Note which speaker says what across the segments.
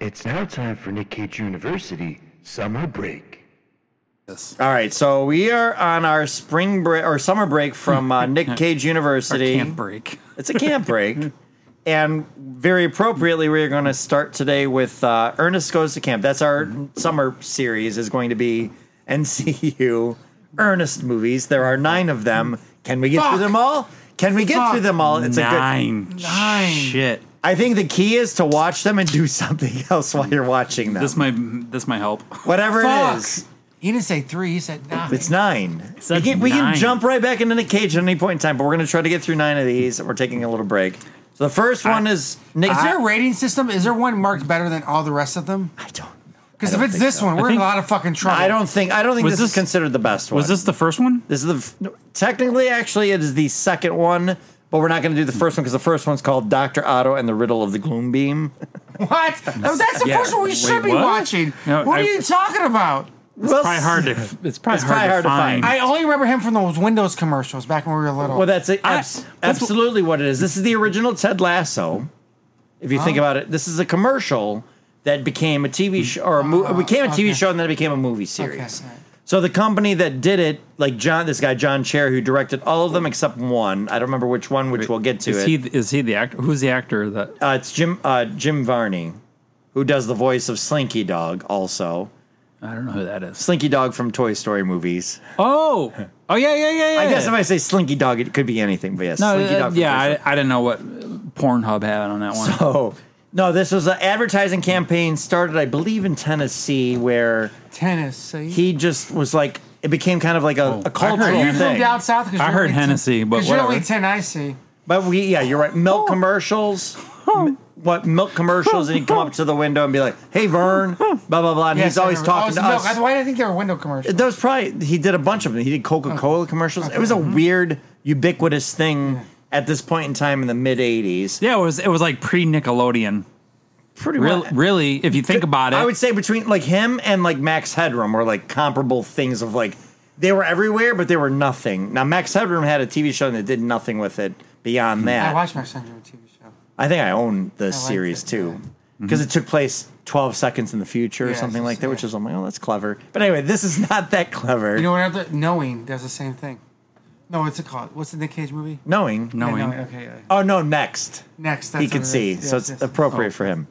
Speaker 1: It's now time for Nick Cage University summer break.
Speaker 2: Yes.
Speaker 3: All right, so we are on our spring break or summer break from uh, Nick Cage
Speaker 2: Our
Speaker 3: University.
Speaker 2: camp break.
Speaker 3: It's a camp break. and very appropriately, we are going to start today with uh, Ernest Goes to Camp. That's our
Speaker 2: Mm-hmm.
Speaker 3: summer series is going to be NCU Ernest movies. There are nine of them. Can we get through
Speaker 2: Fuck.
Speaker 3: them all? Can we get through them all? It's a good.
Speaker 2: nine.
Speaker 3: Nine.
Speaker 2: Shit.
Speaker 3: I think the key is to watch them and do something else while you're watching them.
Speaker 2: This might this might help.
Speaker 3: Whatever
Speaker 4: Fuck.
Speaker 3: it is,
Speaker 4: He didn't say three. He said nine.
Speaker 3: it's nine.
Speaker 2: that
Speaker 3: we can, we can
Speaker 2: nine?
Speaker 3: jump right back into the cage at any point in time, but we're going to try to get through nine of these. and We're taking a little break. So the first one is Nick.
Speaker 4: Is there
Speaker 3: I-
Speaker 4: a rating system? Is there one marked better than all the rest of them?
Speaker 3: I don't.
Speaker 4: Because
Speaker 3: I
Speaker 4: if
Speaker 3: don't
Speaker 4: it's
Speaker 3: think
Speaker 4: this
Speaker 3: so.
Speaker 4: one, we're in
Speaker 2: think-
Speaker 4: a lot of fucking trouble.
Speaker 3: I don't think I don't think
Speaker 2: Was
Speaker 3: this, is
Speaker 2: this-
Speaker 3: considered the best one.
Speaker 2: Was this the first one?
Speaker 3: This is the f- no, technically actually it is the second one, but we're not going to do the first one because the first one's called Doctor Otto and the Riddle of the Gloom Beam.
Speaker 4: What? No, that's the
Speaker 2: Yeah.
Speaker 4: first one we
Speaker 2: Wait,
Speaker 4: should be
Speaker 2: what?
Speaker 4: watching.
Speaker 2: No,
Speaker 4: what
Speaker 2: I-
Speaker 4: are you talking about?
Speaker 3: It's well,
Speaker 2: Probably hard to. It's probably,
Speaker 3: It's probably
Speaker 2: hard, to
Speaker 3: hard to
Speaker 2: find.
Speaker 3: find.
Speaker 4: I only remember him from those Windows commercials back when we were little.
Speaker 3: Well, that's it.
Speaker 2: I-
Speaker 3: Abs-
Speaker 2: that's-
Speaker 3: absolutely what it is. This is the original Ted Lasso. If you think
Speaker 2: Oh.
Speaker 3: about it, this is a commercial that became a TV show or a mo-
Speaker 2: Oh,
Speaker 3: it became a TV
Speaker 4: okay.
Speaker 3: show and then it became a movie
Speaker 4: Okay,
Speaker 3: series.
Speaker 4: all right.
Speaker 3: So the company that did it, like John, this guy John Cher, who directed all of them except one. I don't remember which one, which we'll get to.
Speaker 2: is
Speaker 3: it.
Speaker 2: he is he the actor? Who's the actor that?
Speaker 3: Uh, it's Jim uh, Jim Varney, who does the voice of Slinky Dog. Also,
Speaker 2: I don't know who that is.
Speaker 3: Slinky Dog from Toy Story movies.
Speaker 2: Oh, oh yeah, yeah, yeah. yeah.
Speaker 3: I guess if I say Slinky Dog, it could be anything. But yes,
Speaker 2: no,
Speaker 3: Slinky
Speaker 2: uh,
Speaker 3: Dog. from
Speaker 2: yeah,
Speaker 3: Toy Story.
Speaker 2: I, I didn't know what Pornhub had on that one.
Speaker 3: Oh no, this was an advertising campaign started, I believe, in Tennessee, where
Speaker 4: Tennessee.
Speaker 3: he just was like it became kind of like a, a
Speaker 2: I
Speaker 3: cultural
Speaker 2: heard
Speaker 4: Are Oh, you
Speaker 3: thing.
Speaker 4: from down south? 'Cause
Speaker 2: I
Speaker 4: you're
Speaker 2: heard
Speaker 4: only ten-
Speaker 2: Hennessy, but
Speaker 4: 'cause you're only
Speaker 2: whatever.
Speaker 4: ten I see.
Speaker 3: But we, yeah, you're right.
Speaker 4: Oh.
Speaker 3: Milk commercials. M- What milk commercials? And he'd come up to the window and be like, "Hey, Vern," blah blah blah. And
Speaker 4: Yes,
Speaker 3: he's
Speaker 4: I
Speaker 3: always
Speaker 4: remember.
Speaker 3: talking to
Speaker 4: oh,
Speaker 3: us.
Speaker 4: it's milk. Why did I think they were window commercials?
Speaker 3: That was probably he did a bunch of them. He did Coca
Speaker 4: Oh.
Speaker 3: Cola commercials. It was a
Speaker 4: Mm-hmm.
Speaker 3: weird, ubiquitous thing at this point in time in the mid '80s.
Speaker 2: Yeah, it was it was like pre Nickelodeon.
Speaker 3: Pretty
Speaker 2: Real, really, if you think about it,
Speaker 3: I would say between like him and like Max Headroom were like comparable things of like they were everywhere, but they were nothing. Now Max Headroom had a TV show and it did nothing with it beyond
Speaker 4: Hmm. I
Speaker 3: that. I,
Speaker 4: watched my son's TV show.
Speaker 3: think I own the series
Speaker 4: it, Mm-hmm.
Speaker 3: too because it took place 12 seconds in the future or
Speaker 4: Yes,
Speaker 3: something like that,
Speaker 4: yeah.
Speaker 3: which is I'm like, oh, that's clever. But anyway, this is not that clever.
Speaker 4: You know what? Other, knowing does the same thing. No, what's it called? What's the Nick Cage movie?
Speaker 3: knowing,
Speaker 2: No. Knowing.
Speaker 4: Yeah, okay. yeah.
Speaker 3: oh no, next.
Speaker 4: Next, that's
Speaker 3: he
Speaker 4: what
Speaker 3: can
Speaker 4: it is.
Speaker 3: see.
Speaker 4: Yes,
Speaker 3: so it's
Speaker 4: yes. Oh. Mm.
Speaker 3: appropriate for him.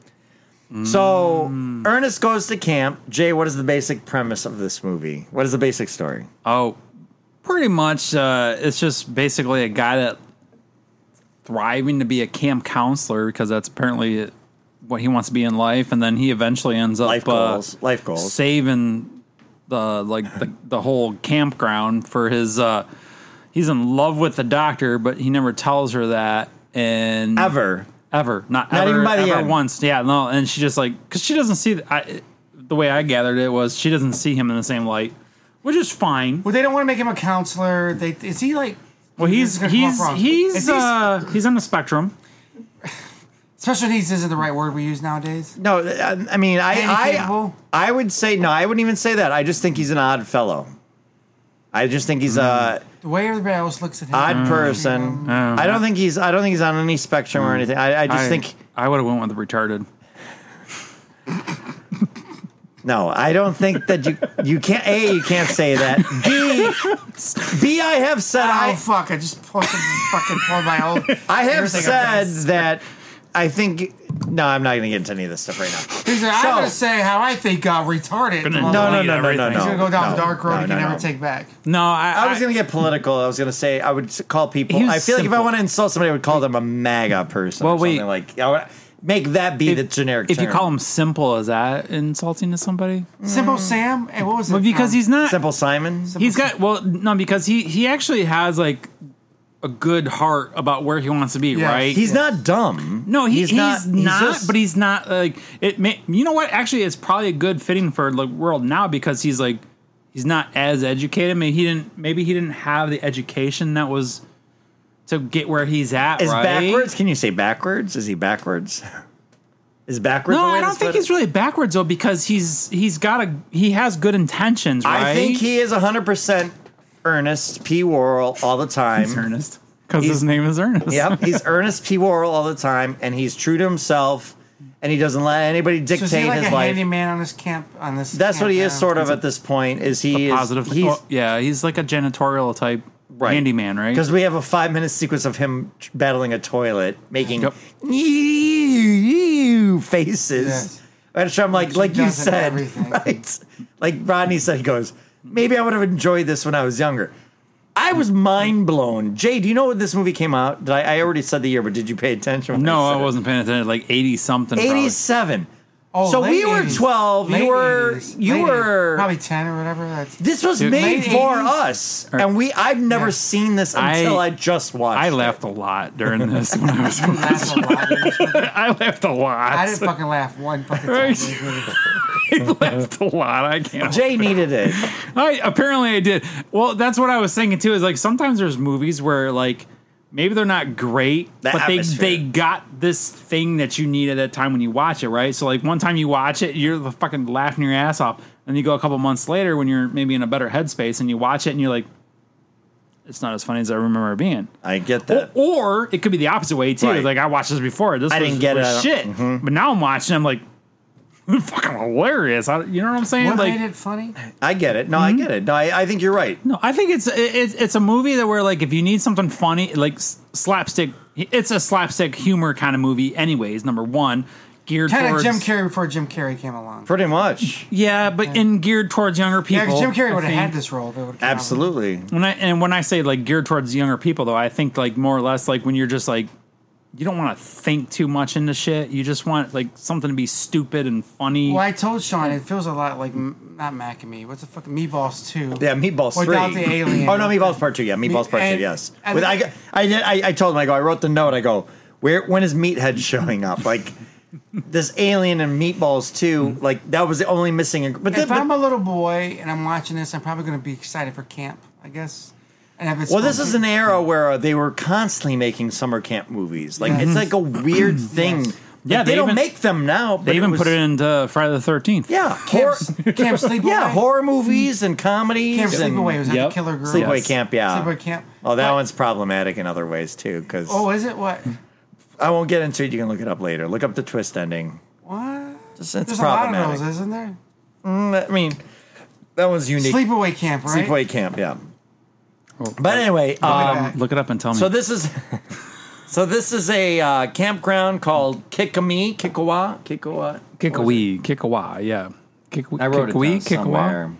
Speaker 3: So Ernest goes to camp. Jay, what is the basic premise of this movie? What is the basic story?
Speaker 2: Oh, pretty much. Uh, it's just basically a guy that thriving to be a camp counselor because that's apparently what he wants to be in life, and then he eventually ends up
Speaker 3: Life goals.
Speaker 2: Uh,
Speaker 3: Life goals.
Speaker 2: saving the like the, the whole campground for his. Uh, he's in love with the doctor, but he never tells her that. And
Speaker 3: Ever.
Speaker 2: ever, not,
Speaker 3: Not
Speaker 2: ever,
Speaker 3: even by the
Speaker 2: ever
Speaker 3: end.
Speaker 2: once. Yeah, no, and she just like because she doesn't see. I, the way I gathered it was she doesn't see him in the same light, which is fine.
Speaker 4: Well, they don't want to make him a counselor. They is he like?
Speaker 2: Well, he's
Speaker 4: This is gonna come
Speaker 2: he's
Speaker 4: up wrong. Is
Speaker 2: he's
Speaker 4: he-
Speaker 2: uh, he's on the spectrum.
Speaker 4: Special needs isn't the right word we use nowadays.
Speaker 3: No, uh, I, I mean, I, I,
Speaker 4: Handicapable?
Speaker 3: I would say no. I wouldn't even say that. I just think he's an odd fellow. I just think he's
Speaker 2: Mm.
Speaker 3: a
Speaker 4: The way everybody else looks at him.
Speaker 3: odd person. I don't think he's. I don't think he's on any spectrum or anything. I, I just
Speaker 2: Mm. I
Speaker 3: think
Speaker 2: I would have went with the retarded.
Speaker 3: No, I don't think that you you can't. A, you can't say that. B, B, I have said
Speaker 4: Oh
Speaker 3: I
Speaker 4: fuck! I just posted fucking pulled my old.
Speaker 3: I have
Speaker 4: everything
Speaker 3: said
Speaker 4: up.
Speaker 3: that I think. No, I'm not going to get into any of this stuff right now.
Speaker 4: He's like,
Speaker 3: So-
Speaker 4: I'm gonna say how I think got retarded.
Speaker 3: No, no,
Speaker 2: No, Delete
Speaker 3: no, no, no,
Speaker 2: everything.
Speaker 3: no.
Speaker 4: He's gonna go down
Speaker 3: no,
Speaker 4: the dark road
Speaker 3: no,
Speaker 4: he
Speaker 3: no,
Speaker 4: can never
Speaker 3: no.
Speaker 4: take back.
Speaker 2: No, I,
Speaker 3: I was going to get political. I was going to say I would s- call people.
Speaker 2: He was
Speaker 3: I feel like if I
Speaker 2: simple.
Speaker 3: want to insult somebody, I would call them a MAGA person.
Speaker 2: Well,
Speaker 3: or something
Speaker 2: wait.
Speaker 3: like I would make that be the generic.
Speaker 2: If you
Speaker 3: term.
Speaker 2: call him simple, is that insulting to somebody?
Speaker 4: Simple Sam. Hey, what was
Speaker 2: Mm.
Speaker 4: it? Um,
Speaker 2: Well, because
Speaker 4: from?
Speaker 2: he's not.
Speaker 3: Simple Simon,
Speaker 2: He's got well, no, because he he actually has like a good heart about where he wants to be,
Speaker 4: Yes.
Speaker 2: right?
Speaker 3: he's not dumb.
Speaker 2: No, he, he's, not.
Speaker 3: just-
Speaker 2: but he's not like it. May, you know what? Actually, it's probably a good fitting for the world now because he's like he's not as educated. Maybe he didn't. Maybe he didn't have the education that was to get where he's at.
Speaker 3: is
Speaker 2: right?
Speaker 3: backwards. Can you say backwards? Is he backwards? is backwards.
Speaker 2: No,
Speaker 3: the way
Speaker 2: I
Speaker 3: to
Speaker 2: don't think
Speaker 3: split it?
Speaker 2: he's really backwards though, because he's he's got a he has good intentions, right?
Speaker 3: I think he is 100% Ernest P. Worrell all the
Speaker 2: he's
Speaker 3: time.
Speaker 2: Ernest because his name is Ernest.
Speaker 3: yep, he's Ernest P. Worrell all the time, and he's true to himself, and he doesn't let anybody
Speaker 4: So
Speaker 3: dictate
Speaker 4: is he like
Speaker 3: his
Speaker 4: a
Speaker 3: life.
Speaker 4: handyman on this camp? On this.
Speaker 3: That's what he is sort of
Speaker 4: campground?
Speaker 3: at this point. Is he
Speaker 2: positive.
Speaker 3: Is, he's
Speaker 2: oh, yeah, he's like a janitorial type
Speaker 3: Right.
Speaker 2: handyman, right?
Speaker 3: because we have a five minute sequence of him tr- battling a toilet, making
Speaker 2: Yep.
Speaker 3: faces.
Speaker 4: Yes.
Speaker 3: Which I'm like,
Speaker 4: Which he
Speaker 3: like you
Speaker 4: does in
Speaker 3: said,
Speaker 4: everything.
Speaker 3: right? Like Rodney said, he goes, maybe I would have enjoyed this when I was younger. I was mind blown. Jay, do you know when this movie came out? Did I, I already said the year, but did you pay attention? When
Speaker 2: no,
Speaker 3: I,
Speaker 2: I
Speaker 3: said it?
Speaker 2: wasn't paying attention. Like eighty something. probably.
Speaker 3: 87.
Speaker 4: Oh,
Speaker 3: so
Speaker 4: late
Speaker 3: we were
Speaker 4: 80s.
Speaker 3: 12.
Speaker 4: Late
Speaker 3: you were,
Speaker 4: 80s.
Speaker 3: you
Speaker 4: Late 80s.
Speaker 3: were.
Speaker 4: probably ten or whatever. That's,
Speaker 3: This was
Speaker 2: Dude.
Speaker 3: made
Speaker 4: Late
Speaker 3: for
Speaker 4: 80s?
Speaker 3: us, and we. I've never
Speaker 4: Yeah.
Speaker 3: seen this until I,
Speaker 2: I-
Speaker 3: just watched.
Speaker 2: I
Speaker 3: it.
Speaker 2: laughed a lot during this when I was.
Speaker 4: that's a lot. in this movie.
Speaker 2: I laughed a lot.
Speaker 4: I didn't fucking laugh one fucking time. in this movie.
Speaker 2: I laughed a lot. I can't.
Speaker 3: Jay needed it.
Speaker 2: I apparently I did. Well, that's what I was thinking too. Is like sometimes there's movies where like maybe they're not great,
Speaker 3: The
Speaker 2: but they
Speaker 3: atmosphere.
Speaker 2: they got this thing that you need at that time when you watch it, right? So like one time you watch it, you're the fucking laughing your ass off, and you go a couple months later when you're maybe in a better headspace and you watch it and you're like, it's not as funny as I remember it being.
Speaker 3: I get that.
Speaker 2: Or it could be the opposite way too.
Speaker 3: Right.
Speaker 2: Like I watched this before. This
Speaker 3: I
Speaker 2: was,
Speaker 3: didn't get
Speaker 2: was
Speaker 3: it. I don't-
Speaker 2: shit, but now I'm watching. I'm like. Fucking hilarious! I, you know what I'm saying?
Speaker 4: What
Speaker 2: like,
Speaker 4: made it funny?
Speaker 3: I get it. No, I get it. No, I, I think you're right.
Speaker 2: No, I think it's it's it's a movie that where like if you need something funny, like s- slapstick, it's a slapstick humor kind of movie. Anyways, number one, geared
Speaker 4: Kind of
Speaker 2: towards
Speaker 4: Jim Carrey before Jim Carrey came along.
Speaker 3: Pretty much.
Speaker 2: yeah, but in geared towards younger
Speaker 4: Yeah,
Speaker 2: people.
Speaker 4: 'cause Jim Carrey
Speaker 2: I
Speaker 4: would have
Speaker 2: think.
Speaker 4: had this role if it would have
Speaker 3: Absolutely.
Speaker 2: When I and when I say like geared towards younger people, though, I think like more or less like when you're just like you don't want to think too much into shit. You just want like something to be stupid and funny.
Speaker 4: Well, I told Sean it feels a lot like m- not Mac and Me. What's the fuck? Meatballs two.
Speaker 3: Yeah, Meatballs
Speaker 4: Without
Speaker 3: three.
Speaker 4: the alien.
Speaker 3: Oh no, Meatballs Part Two. Yeah, Meatballs Part
Speaker 4: and-
Speaker 3: Two. Yes.
Speaker 4: and-
Speaker 3: With, I, g- I, did- I, I told him. I go. I wrote the note. I go. Where? When is Meathead showing up? Like this alien and Meatballs Two. Like that was the only missing. ing- But, then,
Speaker 4: If
Speaker 3: but
Speaker 4: I'm a little boy and I'm watching this, I'm probably going to be excited for camp. I guess. And if it's
Speaker 3: Well, this is
Speaker 4: supposed to-
Speaker 3: an era where uh, they were constantly making summer camp movies. Like
Speaker 4: Yes.
Speaker 3: it's like a weird thing. Like,
Speaker 2: Yeah,
Speaker 3: they,
Speaker 2: they
Speaker 3: don't
Speaker 2: even-
Speaker 3: make them now. But
Speaker 2: they even
Speaker 3: was-
Speaker 2: put it into Friday the Thirteenth.
Speaker 3: Yeah, horror,
Speaker 4: camp, camp sleepaway.
Speaker 3: yeah, horror movies and comedies.
Speaker 4: Camp
Speaker 3: and
Speaker 4: sleepaway was that
Speaker 2: Yep.
Speaker 4: the killer girl?
Speaker 3: Sleepaway
Speaker 2: Yes.
Speaker 3: camp. Yeah,
Speaker 4: Sleepaway camp.
Speaker 3: Oh, that
Speaker 4: But-
Speaker 3: one's problematic in other ways too. Because
Speaker 4: Oh, is it what?
Speaker 3: I won't get into it. You can look it up later. Look up the twist ending.
Speaker 4: What?
Speaker 3: It's, it's
Speaker 4: There's a lot of
Speaker 3: problematic.
Speaker 4: those, isn't there?
Speaker 3: Mm, I mean, that one's unique.
Speaker 4: Sleepaway camp, right?
Speaker 3: Sleepaway camp. Yeah.
Speaker 2: Oh,
Speaker 3: But anyway, um,
Speaker 4: back.
Speaker 2: Look it up and tell me.
Speaker 3: So this is, so this is a uh, campground called Kikami, Kikawa, Kikawa.
Speaker 2: Kikawee, Kikawa, yeah. Kikawa,
Speaker 3: I wrote it down
Speaker 2: Kikawa,
Speaker 3: somewhere.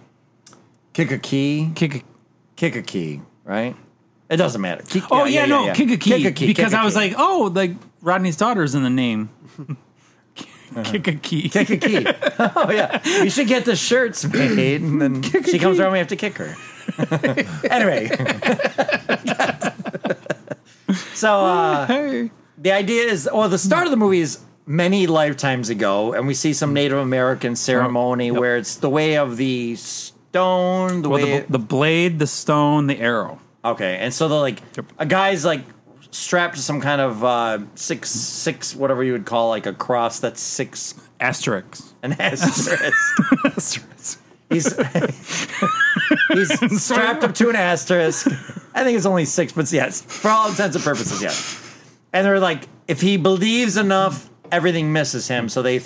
Speaker 3: Kikaki,
Speaker 2: Kik-
Speaker 3: Kikaki, right? It doesn't matter. Kik-
Speaker 2: Oh yeah, no,
Speaker 3: yeah.
Speaker 2: Kikaki,
Speaker 3: Kikaki,
Speaker 2: because I was
Speaker 3: Kikaki.
Speaker 2: like, oh, like Rodney's daughter's in the name. Kikaki.
Speaker 3: Kikaki. oh yeah, we should get the shirts made, and then she comes around. We have to kick her. anyway, so uh,
Speaker 2: Hey.
Speaker 3: the idea is, well, the start of the movie is many lifetimes ago, and we see some Native American ceremony
Speaker 2: Mm. Oh, Yep.
Speaker 3: where it's the way of the stone, the
Speaker 2: Well,
Speaker 3: way
Speaker 2: the, the blade, the stone, the arrow.
Speaker 3: Okay, and so they're like
Speaker 2: Yep.
Speaker 3: a guy's like strapped to some kind of uh, six six whatever you would call like a cross that's six
Speaker 2: Asterisk.
Speaker 3: an asterisk.
Speaker 2: Asterisk.
Speaker 3: he's he's strapped up to an asterisk. I think it's only six, but yes, for all intents and purposes, yes. And they're like, if he believes enough, everything misses him. So they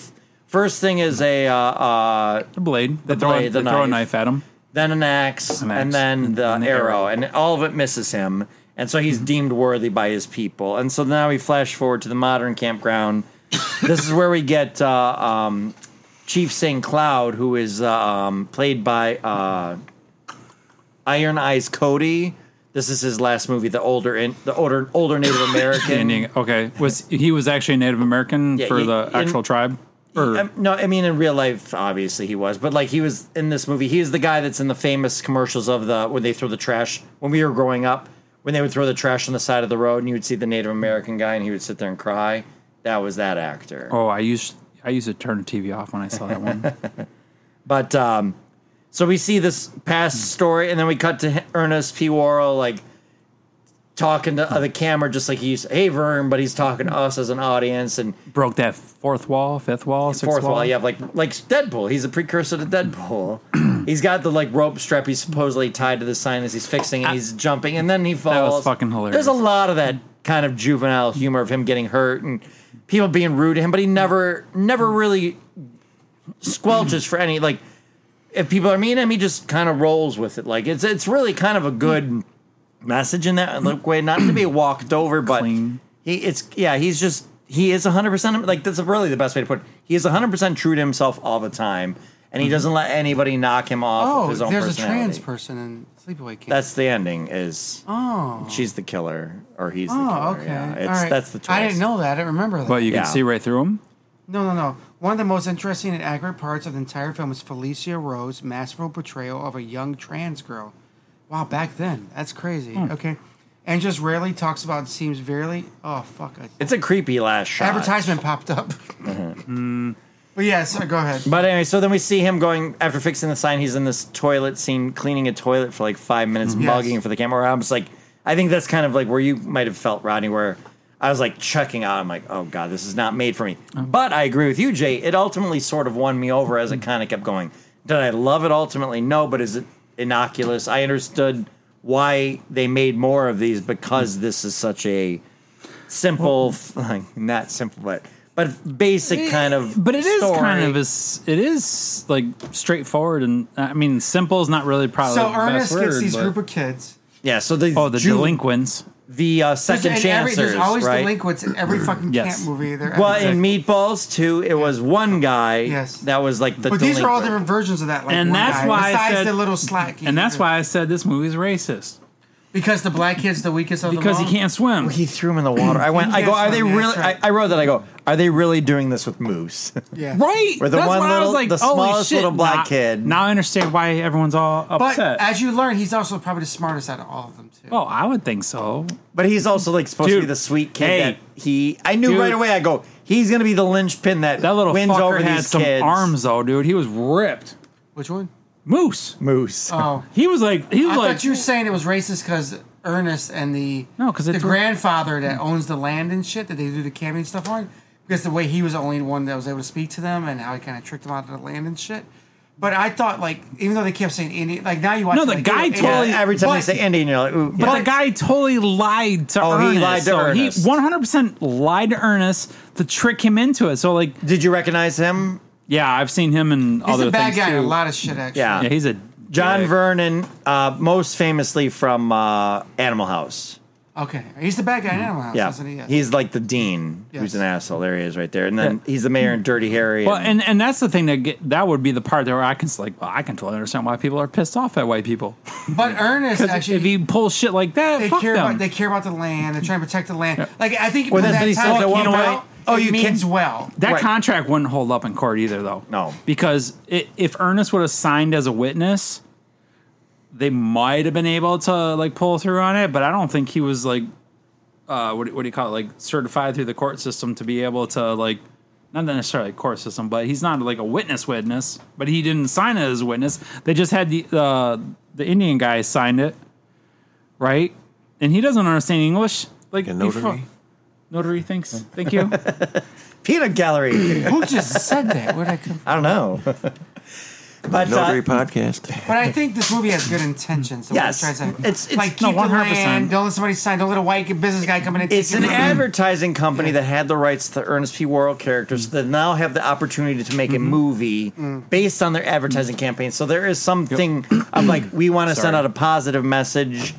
Speaker 3: first thing is a uh, uh,
Speaker 2: The blade. They, throw,
Speaker 3: blade,
Speaker 2: a,
Speaker 3: the
Speaker 2: they throw a
Speaker 3: knife.
Speaker 2: knife at him.
Speaker 3: then an axe,
Speaker 2: An
Speaker 3: and
Speaker 2: axe,
Speaker 3: then
Speaker 2: and
Speaker 3: the
Speaker 2: then the
Speaker 3: arrow,
Speaker 2: arrow. Mm-hmm.
Speaker 3: and all of it misses him. And so he's deemed worthy by his people. And so now we flash forward to the modern campground. this is where we get uh, um, Chief St. Cloud, who is uh, um, played by uh, Iron Eyes Cody. This is his last movie, the older, in, the older, older Native American.
Speaker 2: Indian. Okay. Was he was actually Native American
Speaker 3: Yeah,
Speaker 2: for
Speaker 3: he-
Speaker 2: the
Speaker 3: in-
Speaker 2: actual tribe? Or
Speaker 3: Um, no, I mean in real life, obviously he was, but like he was in this movie. He was the guy that's in the famous commercials of the when they throw the trash. When we were growing up, when they would throw the trash on the side of the road, and you would see the Native American guy, and he would sit there and cry. That was that actor.
Speaker 2: oh, I used I used to turn the TV off when I saw that one.
Speaker 3: But um,
Speaker 2: Hmm.
Speaker 3: so we see this past story, and then we cut to H- Ernest P. Worrell like talking to the camera just like he's hey Vern, but he's talking to us as an audience and
Speaker 2: Broke that fourth wall, fifth wall, sixth
Speaker 3: fourth
Speaker 2: wall.
Speaker 3: wall. You have like like Deadpool. He's a precursor to Deadpool. he's got the like rope strap he's supposedly tied to the sign as he's fixing and he's jumping and then he falls.
Speaker 2: was fucking hilarious.
Speaker 3: There's a lot of that kind of juvenile humor of him getting hurt and people being rude to him, but he never never really squelches for any like if people are mean to him, he just kind of rolls with it. Like it's it's really kind of a good message in that like, way, not to be walked over, but
Speaker 2: Clean.
Speaker 3: he it's yeah, he's just he is hundred percent like that's really the best way to put it. He is hundred percent true to himself all the time, and he doesn't let anybody knock him off of
Speaker 4: Mm-hmm. Oh,
Speaker 3: his own
Speaker 4: there's a
Speaker 3: personality.
Speaker 4: trans person in Sleepaway Camp.
Speaker 3: That's the ending. Is
Speaker 4: oh.
Speaker 3: she's the killer or he's the killer?
Speaker 4: Oh, okay.
Speaker 3: Yeah, it's
Speaker 4: All right.
Speaker 3: that's the twist.
Speaker 4: I didn't know that. I didn't remember that.
Speaker 2: But you
Speaker 3: Yeah.
Speaker 2: can see right through him.
Speaker 4: No, no, no. One of the most interesting and accurate parts of the entire film is Felicia Rose's masterful portrayal of a young trans girl. Wow, back then. That's crazy. Okay. And just rarely talks about and seems very oh fuck. I,
Speaker 3: It's a creepy last shot.
Speaker 4: advertisement popped up.
Speaker 3: Uh-huh.
Speaker 4: Hmm. But yeah, so go ahead.
Speaker 3: But anyway, so then we see him going after fixing the sign. He's in this toilet scene, cleaning a toilet for like five minutes, mugging for the camera. I'm just like, I think that's kind of like where you might have felt, Rodney, where I was like checking out. I'm like, oh god, this is not made for me.
Speaker 2: Uh-huh.
Speaker 3: But I agree with you, Jay. It ultimately sort of won me over as it
Speaker 2: Mm-hmm.
Speaker 3: kind of kept going. Did I love it ultimately? No, but is it innocuous? I understood why they made more of these
Speaker 2: Mm.
Speaker 3: because this is such a simple, like, not simple, but but basic kind of.
Speaker 2: But it is kind
Speaker 3: story.
Speaker 2: of a, s- it is like straightforward and I mean simple is not really probably. the
Speaker 4: So
Speaker 2: best
Speaker 4: Ernest gets
Speaker 2: word,
Speaker 4: these
Speaker 2: but-
Speaker 4: group of kids.
Speaker 3: Yeah, so the
Speaker 2: oh the
Speaker 3: Jew-
Speaker 2: delinquents.
Speaker 3: the uh, second
Speaker 4: And every-
Speaker 3: chancers,
Speaker 4: there's always
Speaker 3: right?
Speaker 4: delinquents in every fucking
Speaker 2: Yes.
Speaker 4: camp movie. They're
Speaker 3: Well, in Meatballs too, it was one guy
Speaker 4: Yes.
Speaker 3: that was like the.
Speaker 4: but these are all
Speaker 3: delinquent.
Speaker 4: different versions of that. Like
Speaker 2: And
Speaker 4: one
Speaker 2: that's
Speaker 4: guy,
Speaker 2: why I
Speaker 4: besides
Speaker 2: said-
Speaker 4: the little slacky,
Speaker 2: And that's why I said this movie's racist
Speaker 4: because the black kid's the weakest of
Speaker 2: because
Speaker 4: them
Speaker 2: he
Speaker 4: all.
Speaker 2: can't swim.
Speaker 3: He threw him in the water. I went. I go.
Speaker 4: Yes,
Speaker 3: Are they
Speaker 4: yeah,
Speaker 3: really?
Speaker 4: that's right.
Speaker 3: I, I wrote that. I go. Are they really doing this with Moose?
Speaker 4: Yeah.
Speaker 2: Right,
Speaker 3: Or the
Speaker 2: that's
Speaker 3: one
Speaker 2: why I
Speaker 3: little-
Speaker 2: was like,
Speaker 3: the
Speaker 2: "Holy
Speaker 3: smallest
Speaker 2: shit."
Speaker 3: little black
Speaker 2: now,
Speaker 3: kid.
Speaker 2: Now I understand why everyone's all
Speaker 4: But
Speaker 2: upset.
Speaker 4: as you learn, he's also probably the smartest out of all of them too.
Speaker 2: oh, I would think so.
Speaker 3: but he's also like supposed to be
Speaker 2: Dude.
Speaker 3: the sweet kid
Speaker 2: Hey.
Speaker 3: that he. I knew
Speaker 2: Dude.
Speaker 3: right away. I go. He's gonna be the linchpin that
Speaker 2: That little
Speaker 3: wins
Speaker 2: fucker
Speaker 3: over
Speaker 2: had
Speaker 3: these
Speaker 2: some
Speaker 3: kids.
Speaker 2: arms though, dude. He was ripped.
Speaker 4: Which one?
Speaker 2: Moose.
Speaker 3: Moose.
Speaker 4: Oh,
Speaker 2: He was like, he was
Speaker 4: I
Speaker 2: like,
Speaker 4: thought you were saying it was racist because Ernest and the
Speaker 2: No, 'cause
Speaker 4: the
Speaker 2: it's-
Speaker 4: grandfather that owns the land and shit that they do the camping and stuff on because the way he was the only one that was able to speak to them and how he kind of tricked them out of the land and shit. But I thought like even though they kept saying Indian, like now you watch
Speaker 2: No,
Speaker 4: it,
Speaker 2: the
Speaker 4: like,
Speaker 2: guy
Speaker 4: you know,
Speaker 3: yeah,
Speaker 2: totally-
Speaker 4: Indian-
Speaker 3: every time
Speaker 4: but
Speaker 3: they say Indian, you're like, ooh.
Speaker 2: But the guy totally lied to
Speaker 3: Oh,
Speaker 2: Ernest.
Speaker 3: he lied to
Speaker 2: so
Speaker 3: Ernest.
Speaker 2: He 100% lied to Ernest to trick him into it. So, like,
Speaker 3: Did you recognize him?
Speaker 2: yeah, I've seen him in
Speaker 4: He's
Speaker 2: other
Speaker 4: a bad
Speaker 2: things
Speaker 4: guy in a
Speaker 2: too.
Speaker 4: lot of shit actually.
Speaker 3: Yeah.
Speaker 2: Yeah, he's a
Speaker 3: John
Speaker 2: dick.
Speaker 3: Vernon, uh, most famously from uh, Animal House.
Speaker 4: Okay, he's the bad guy in Animal House,
Speaker 3: Yeah,
Speaker 4: isn't he? Yes.
Speaker 3: he's like the dean, who's
Speaker 4: Yes.
Speaker 3: an asshole. There he is, right there. And then he's the mayor in Dirty Harry.
Speaker 2: Well,
Speaker 3: and-
Speaker 2: and, and that's the thing that get, that would be the part that where I can s- like well, I can totally understand why people are pissed off at white people
Speaker 4: but Ernest
Speaker 2: because
Speaker 4: actually
Speaker 2: if he pulls shit like that,
Speaker 4: they
Speaker 2: fuck
Speaker 4: care
Speaker 2: them.
Speaker 4: about they care about the land. They're trying to protect the land. Like I think
Speaker 3: Well,
Speaker 4: when
Speaker 3: that's what
Speaker 4: that
Speaker 3: he says
Speaker 4: time
Speaker 3: at
Speaker 4: came
Speaker 3: one point.
Speaker 4: out,
Speaker 3: Oh,
Speaker 4: it
Speaker 3: you can't-
Speaker 4: means well.
Speaker 2: that
Speaker 3: Right.
Speaker 2: contract wouldn't hold up in court either, though.
Speaker 3: No.
Speaker 2: because i if Ernest would have signed as a witness, they might have been able to like pull through on it. But I don't think he was like, uh, what, do- what do you call it, like certified through the court system to be able to like, not necessarily court system, but he's not like a witness witness. But he didn't sign it as a witness. They just had the uh, the Indian guy signed it, right? And he doesn't understand English. Like
Speaker 5: A
Speaker 2: he
Speaker 5: notary?
Speaker 2: fu- Notary, thanks. Thank you.
Speaker 3: Peanut Gallery.
Speaker 4: Who just said that? Where did I come from?
Speaker 3: I don't know. but
Speaker 5: Notary
Speaker 3: uh,
Speaker 5: podcast.
Speaker 4: But I think this movie has good intentions. So
Speaker 3: Yes.
Speaker 4: what it tries to,
Speaker 3: It's- it's-
Speaker 4: like
Speaker 3: no,
Speaker 4: keep the
Speaker 2: 100%.
Speaker 4: land. Don't let somebody sign. Don't let a white business guy come in. And
Speaker 3: it's
Speaker 4: take
Speaker 3: an
Speaker 4: your money.
Speaker 3: advertising company that had the rights to the Ernest P. Worrell characters that now have the opportunity to make a
Speaker 2: Mm-hmm.
Speaker 3: movie
Speaker 4: Mm.
Speaker 3: based on their advertising campaign. So there is something of like, we want to send
Speaker 2: Sorry.
Speaker 3: out a positive message.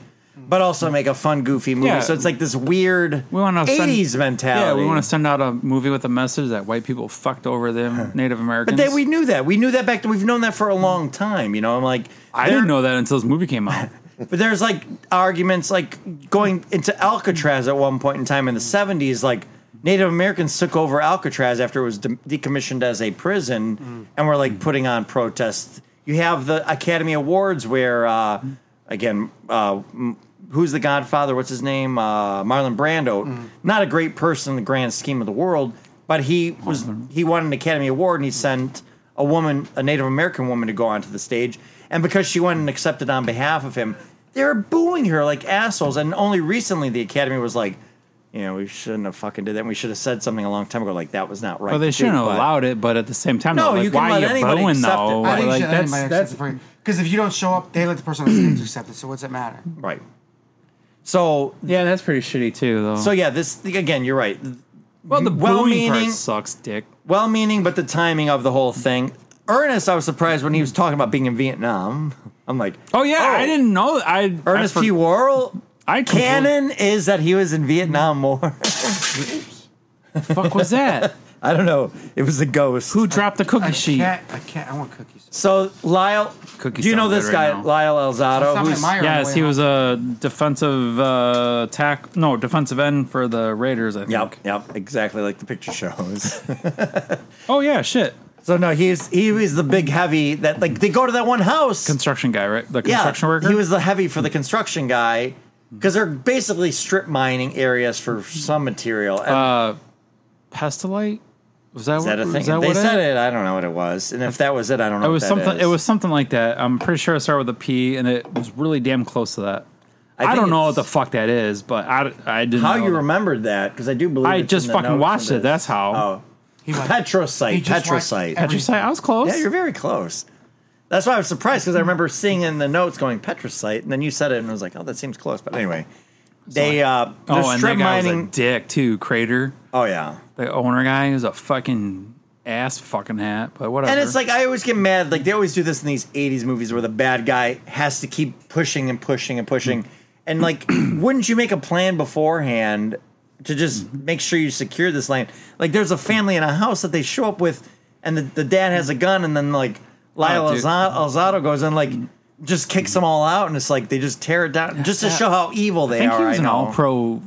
Speaker 3: But also make a fun, goofy movie.
Speaker 2: Yeah.
Speaker 3: So it's like this weird
Speaker 2: We want to send-
Speaker 3: '80s mentality.
Speaker 2: Yeah, we want to send out a movie with a message that white people fucked over them Native Americans.
Speaker 3: But then we knew that. We knew that back then. We've known that for a long time. You know, I'm like,
Speaker 2: I
Speaker 3: there-
Speaker 2: didn't know that until this movie came out.
Speaker 3: But there's like arguments like going into Alcatraz at one point in time in the 70s, like Native Americans took over Alcatraz after it was de- decommissioned as a prison and were like putting on protests. You have the Academy Awards where, uh, again, uh, m- who's the godfather? What's his name? Uh, Marlon Brando. Not a great person in the grand scheme of the world, but he was he won an Academy Award and he sent a woman, a Native American woman, to go onto the stage. And because she went and accepted on behalf of him, They're booing her like assholes. And only recently the Academy was like, you know, we shouldn't have fucking did that. We should have said something a long time ago. Like that was not right.
Speaker 2: Well, they
Speaker 3: to do,
Speaker 2: shouldn't have
Speaker 3: but-
Speaker 2: allowed it, but at the same time,
Speaker 3: No,
Speaker 2: though, like,
Speaker 3: you can
Speaker 2: why
Speaker 3: let
Speaker 2: are you
Speaker 3: anybody
Speaker 2: bowing
Speaker 3: accept it.
Speaker 2: though?
Speaker 3: I
Speaker 4: I think
Speaker 2: like
Speaker 4: should-
Speaker 2: that's
Speaker 4: anybody accepts
Speaker 2: that's
Speaker 4: it for you. Because if you don't show up, they let the person on stage accept it. So what's it matter?
Speaker 3: Right. So
Speaker 2: yeah, that's pretty shitty too, though.
Speaker 3: so yeah, this again, you're right.
Speaker 2: well, the booing part
Speaker 3: well-meaning-
Speaker 2: sucks, dick.
Speaker 3: Well meaning, but the timing of the whole thing. Ernest, I was surprised when he was talking about being in Vietnam. I'm like,
Speaker 2: Oh yeah, I didn't know. that. I
Speaker 3: Ernest
Speaker 2: I for-
Speaker 3: P. Worrell.
Speaker 2: I completely-
Speaker 3: Canon is that he was in Vietnam War.
Speaker 2: fuck was that?
Speaker 3: I don't know. It was the ghost.
Speaker 2: Who dropped the cookie
Speaker 4: A
Speaker 2: sheet?
Speaker 4: cat, a cat. I want cookies.
Speaker 3: So Lyle,
Speaker 2: Cookie
Speaker 3: do you know
Speaker 2: sounds
Speaker 3: this
Speaker 2: good
Speaker 3: guy,
Speaker 2: right now.
Speaker 3: Lyle Elzado?
Speaker 4: Stop
Speaker 3: who's-
Speaker 4: admiring
Speaker 2: Yes,
Speaker 4: way
Speaker 2: he
Speaker 4: home.
Speaker 2: was a defensive uh, tack. No, defensive end for the Raiders. I think.
Speaker 3: Yep, yep, exactly like the picture shows.
Speaker 2: Oh yeah, shit.
Speaker 3: so no, he's he was the big heavy that like they go to that one house.
Speaker 2: Construction guy, right? The
Speaker 3: yeah,
Speaker 2: construction worker.
Speaker 3: he was the heavy for the construction guy because they're basically strip mining areas for some material. And
Speaker 2: pestilite. Was that
Speaker 3: is that a
Speaker 2: what,
Speaker 3: thing?
Speaker 2: Was Uh, that
Speaker 3: they
Speaker 2: what
Speaker 3: said it? I don't know what it was, and if that was it, I don't know.
Speaker 2: It was
Speaker 3: what that
Speaker 2: something.
Speaker 3: is.
Speaker 2: It was something like that. I'm pretty sure it started with a P, and it was really damn close to that. I,
Speaker 3: think
Speaker 2: don't know what
Speaker 3: it's
Speaker 2: the fuck that is, but I, I didn't.
Speaker 3: how
Speaker 2: know
Speaker 3: you
Speaker 2: that.
Speaker 3: remembered that because I do believe
Speaker 2: I
Speaker 3: it's
Speaker 2: just
Speaker 3: in the
Speaker 2: fucking
Speaker 3: notes
Speaker 2: watched
Speaker 3: of
Speaker 2: it,
Speaker 3: this.
Speaker 2: that's how.
Speaker 4: He
Speaker 3: Oh,
Speaker 4: went-
Speaker 3: petrosite,
Speaker 4: He just watched
Speaker 3: petrosite.
Speaker 2: Did you say I was close?
Speaker 3: Yeah, you're very close. That's why I was surprised because I remember seeing in the notes going petrosite, and then you said it, and I was like, "Oh, that seems close." But anyway, they uh, they're
Speaker 2: oh, and
Speaker 3: strip
Speaker 2: that guy was a
Speaker 3: mining.
Speaker 2: dick too. Crater,
Speaker 3: oh yeah,
Speaker 2: the owner guy, he was a fucking ass fucking hat, but whatever.
Speaker 3: and it's like I always get mad. Like they always do this in these '80s movies where the bad guy has to keep pushing and pushing and
Speaker 2: Mm.
Speaker 3: pushing, and like, wouldn't you make a plan beforehand to just
Speaker 2: Mm.
Speaker 3: make sure you secure this land? Like, there's a family in a house that they show up with, and the, the dad has a gun, and then like Lyle
Speaker 2: Oh, dude. Mm.
Speaker 3: Alza- Alzado goes and like. Just kicks them all out, and it's like they just tear it down, just to show how evil they
Speaker 2: I think
Speaker 3: are.
Speaker 2: he was
Speaker 3: I
Speaker 2: an
Speaker 3: know.
Speaker 2: all-pro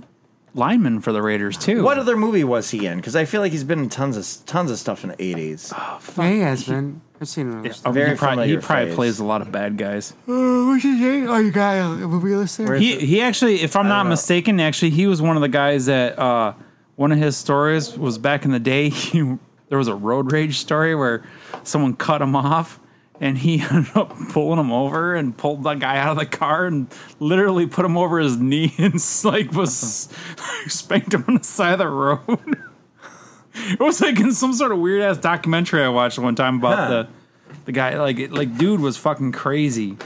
Speaker 2: lineman for the Raiders too.
Speaker 3: What other movie was he in? Because I feel like he's been in tons of tons of stuff in the eighties.
Speaker 4: Yeah, he has been. I've seen him. in other stuff.
Speaker 2: Oh,
Speaker 3: very
Speaker 2: Uh, he probably, he
Speaker 3: familiar
Speaker 2: probably
Speaker 3: face.
Speaker 2: plays a lot of bad guys.
Speaker 4: Oh, what's his name? Oh, you guy, a movie listener.
Speaker 3: Where-
Speaker 2: He he actually, if I'm not
Speaker 3: know.
Speaker 2: mistaken, actually he was one of the guys that uh, one of his stories was back in the day. He, there was a road rage story where someone cut him off, and he ended up pulling him over and pulled that guy out of the car and literally put him over his knee and s- like was spanked him on the side of the road. it was like in some sort of weird ass documentary I watched one time about
Speaker 3: Huh.
Speaker 2: the the guy. Like it, like dude was fucking crazy.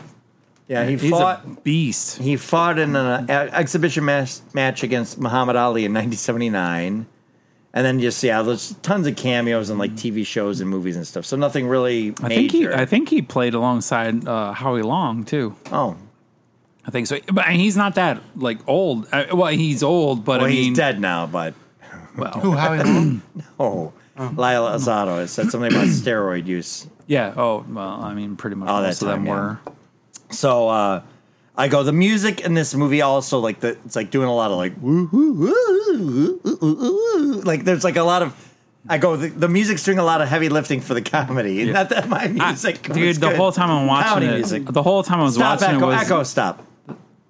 Speaker 3: Yeah, he
Speaker 2: He's
Speaker 3: fought.
Speaker 2: a beast.
Speaker 3: He fought in an uh, exhibition match, match against Muhammad Ali in 1979. And then just, yeah, there's tons of cameos and like TV shows and movies and stuff. So nothing really major.
Speaker 2: I think he, I think he played alongside uh, Howie Long too.
Speaker 3: oh,
Speaker 2: I think so, but he's not that like old. Uh, well, he's old, but
Speaker 3: well,
Speaker 2: I mean,
Speaker 3: he's dead now, but
Speaker 4: Who?
Speaker 2: Well,
Speaker 4: Howie Long?
Speaker 3: oh, Lyle Azado has said something about steroid use.
Speaker 2: yeah. Oh, well, I mean, pretty much
Speaker 3: Oh,
Speaker 2: most
Speaker 3: that
Speaker 2: of them
Speaker 3: time, yeah.
Speaker 2: were.
Speaker 3: So uh, I go, the music in this movie also, like, the, it's like doing a lot of like, woo, woo, woo, woo, woo, woo, woo. like, there's like a lot of. I go. The, the music's doing a lot of heavy lifting for the comedy. Not that my music, was
Speaker 2: Dude, the
Speaker 3: good.
Speaker 2: whole time I'm watching
Speaker 3: comedy
Speaker 2: it,
Speaker 3: music.
Speaker 2: the whole time I was
Speaker 3: Stop,
Speaker 2: watching
Speaker 3: Echo,
Speaker 2: it was
Speaker 3: Echo, stop.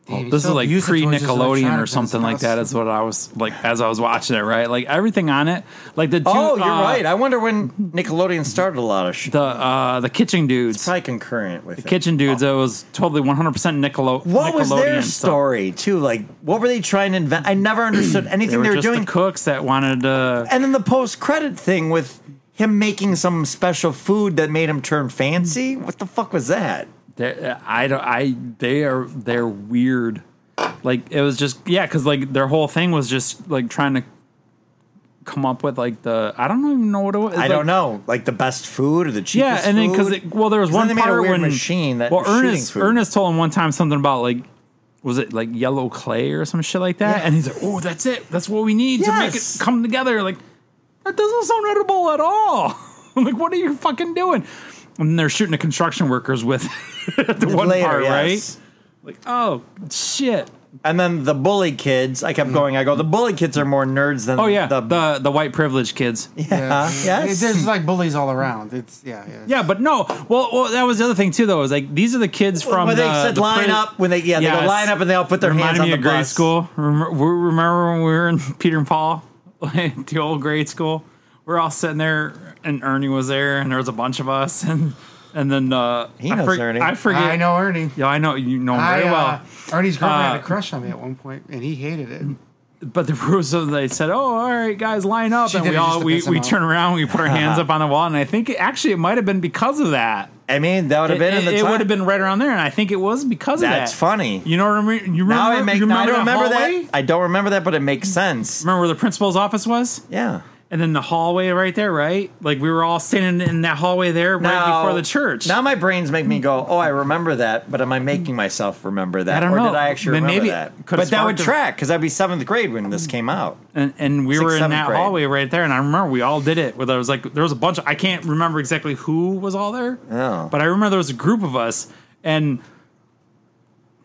Speaker 4: Damn, he's
Speaker 2: Oh, this
Speaker 4: so
Speaker 2: is like
Speaker 4: abusive
Speaker 2: pre
Speaker 4: towards his
Speaker 2: Nickelodeon or
Speaker 4: electronics in
Speaker 2: something
Speaker 4: his
Speaker 2: like that.
Speaker 4: house.
Speaker 2: Is what I was like as I was watching it, right? Like everything on it, like the two,
Speaker 3: Oh, you're
Speaker 2: uh,
Speaker 3: right. I wonder when Nickelodeon started a lot of shit.
Speaker 2: the uh, the kitchen dudes,
Speaker 3: Probably concurrent with it.
Speaker 2: kitchen dudes. It was totally 100 percent Niccolo-
Speaker 3: What
Speaker 2: Nickelodeon.
Speaker 3: was their
Speaker 2: stuff.
Speaker 3: story too? Like, what were they trying to invent? I never understood
Speaker 2: They
Speaker 3: anything
Speaker 2: were,
Speaker 3: they were,
Speaker 2: just
Speaker 3: doing.
Speaker 2: the cooks that wanted. Uh,
Speaker 3: and then the post-credit thing with him making some special food that made him turn fancy. What the fuck was that?
Speaker 2: They're, uh, I don't. I they are they're weird. Like it was just yeah, because like their whole thing was just like trying to come up with like the I don't even know what it was.
Speaker 3: I don't know. Like the best food or the cheapest.
Speaker 2: Yeah, and then because
Speaker 3: food?
Speaker 2: well, there was
Speaker 3: 'Cause then
Speaker 2: one
Speaker 3: they made
Speaker 2: part
Speaker 3: a weird
Speaker 2: when
Speaker 3: machine that
Speaker 2: well
Speaker 3: was shooting
Speaker 2: Ernest
Speaker 3: food.
Speaker 2: Ernest told him one time something about like was it like yellow clay or some shit like that,
Speaker 3: Yeah.
Speaker 2: and he's like, oh, that's it, that's what we need to make it
Speaker 3: Yes.
Speaker 2: come together. Like that doesn't sound edible at all. like what are you fucking doing? And they're shooting the construction workers with the one
Speaker 3: Later,
Speaker 2: part, right?
Speaker 3: yes.
Speaker 2: Oh shit!
Speaker 3: And then the bully kids. I kept going. I go. The bully kids are more nerds than.
Speaker 2: Mm. Oh yeah,
Speaker 3: The,
Speaker 2: the the, white privilege kids. Yeah.
Speaker 3: yeah.
Speaker 4: It-
Speaker 3: Yes.
Speaker 4: There's like bullies all around. It's yeah, yeah.
Speaker 2: but no. Well, well, that was the other thing too, though. Is like these are the kids from.
Speaker 3: when
Speaker 2: the,
Speaker 3: they said
Speaker 2: the
Speaker 3: line
Speaker 2: pri-
Speaker 3: up when they yeah they go
Speaker 2: Yes.
Speaker 3: line up and they all put their hands
Speaker 2: Reminded
Speaker 3: on
Speaker 2: me
Speaker 3: the
Speaker 2: of grade
Speaker 3: bus.
Speaker 2: school. Remember, remember when we were in Peter and Paul, like, the old grade school? We're all sitting there, and Ernie was there, and there was a bunch of us, and and then uh,
Speaker 3: He
Speaker 2: I
Speaker 3: knows
Speaker 2: forg-
Speaker 3: Ernie.
Speaker 2: I forget.
Speaker 4: I know Ernie.
Speaker 2: Yeah, I know you know him
Speaker 4: I,
Speaker 2: very
Speaker 4: uh,
Speaker 2: well.
Speaker 4: Ernie's girlfriend had
Speaker 2: Uh,
Speaker 4: a crush on me at one point, and he hated it.
Speaker 2: But the rules so they said, "Oh, all right, guys, line up,"
Speaker 4: She
Speaker 2: and
Speaker 4: did
Speaker 2: we
Speaker 4: it just
Speaker 2: all
Speaker 4: to
Speaker 2: we,
Speaker 4: piss him
Speaker 2: we
Speaker 4: off.
Speaker 2: turn around, we put our hands up on the wall, and I think it, actually it might have been because of that.
Speaker 3: I mean, that would have been
Speaker 2: it,
Speaker 3: in the
Speaker 2: it
Speaker 3: time.
Speaker 2: would have been right around there, and I think it was because of that.
Speaker 3: That's funny.
Speaker 2: You know, remember you remember,
Speaker 3: Now I make.
Speaker 2: you
Speaker 3: now
Speaker 2: remember,
Speaker 3: I
Speaker 2: the
Speaker 3: remember
Speaker 2: hallway?
Speaker 3: that. I don't remember that, but it makes sense.
Speaker 2: Remember where the principal's office was,
Speaker 3: Yeah.
Speaker 2: and then the hallway right there, right? Like we were all standing in that hallway there right
Speaker 3: Now-
Speaker 2: before the church.
Speaker 3: Now my brains make me go, oh, I remember that, but am I making myself remember that,
Speaker 2: I don't
Speaker 3: or
Speaker 2: know.
Speaker 3: did I actually
Speaker 2: Then
Speaker 3: remember
Speaker 2: maybe it
Speaker 3: that?
Speaker 2: could've
Speaker 3: But that would
Speaker 2: sparked a-
Speaker 3: track because I'd be seventh grade when this came out.
Speaker 2: and, and we
Speaker 3: Sixth,
Speaker 2: were in
Speaker 3: seventh
Speaker 2: that
Speaker 3: grade.
Speaker 2: hallway right there, and I remember we all did it. Where there was like there was a bunch. Of, I can't remember exactly who was all there,
Speaker 3: Oh.
Speaker 2: but I remember there was a group of us, and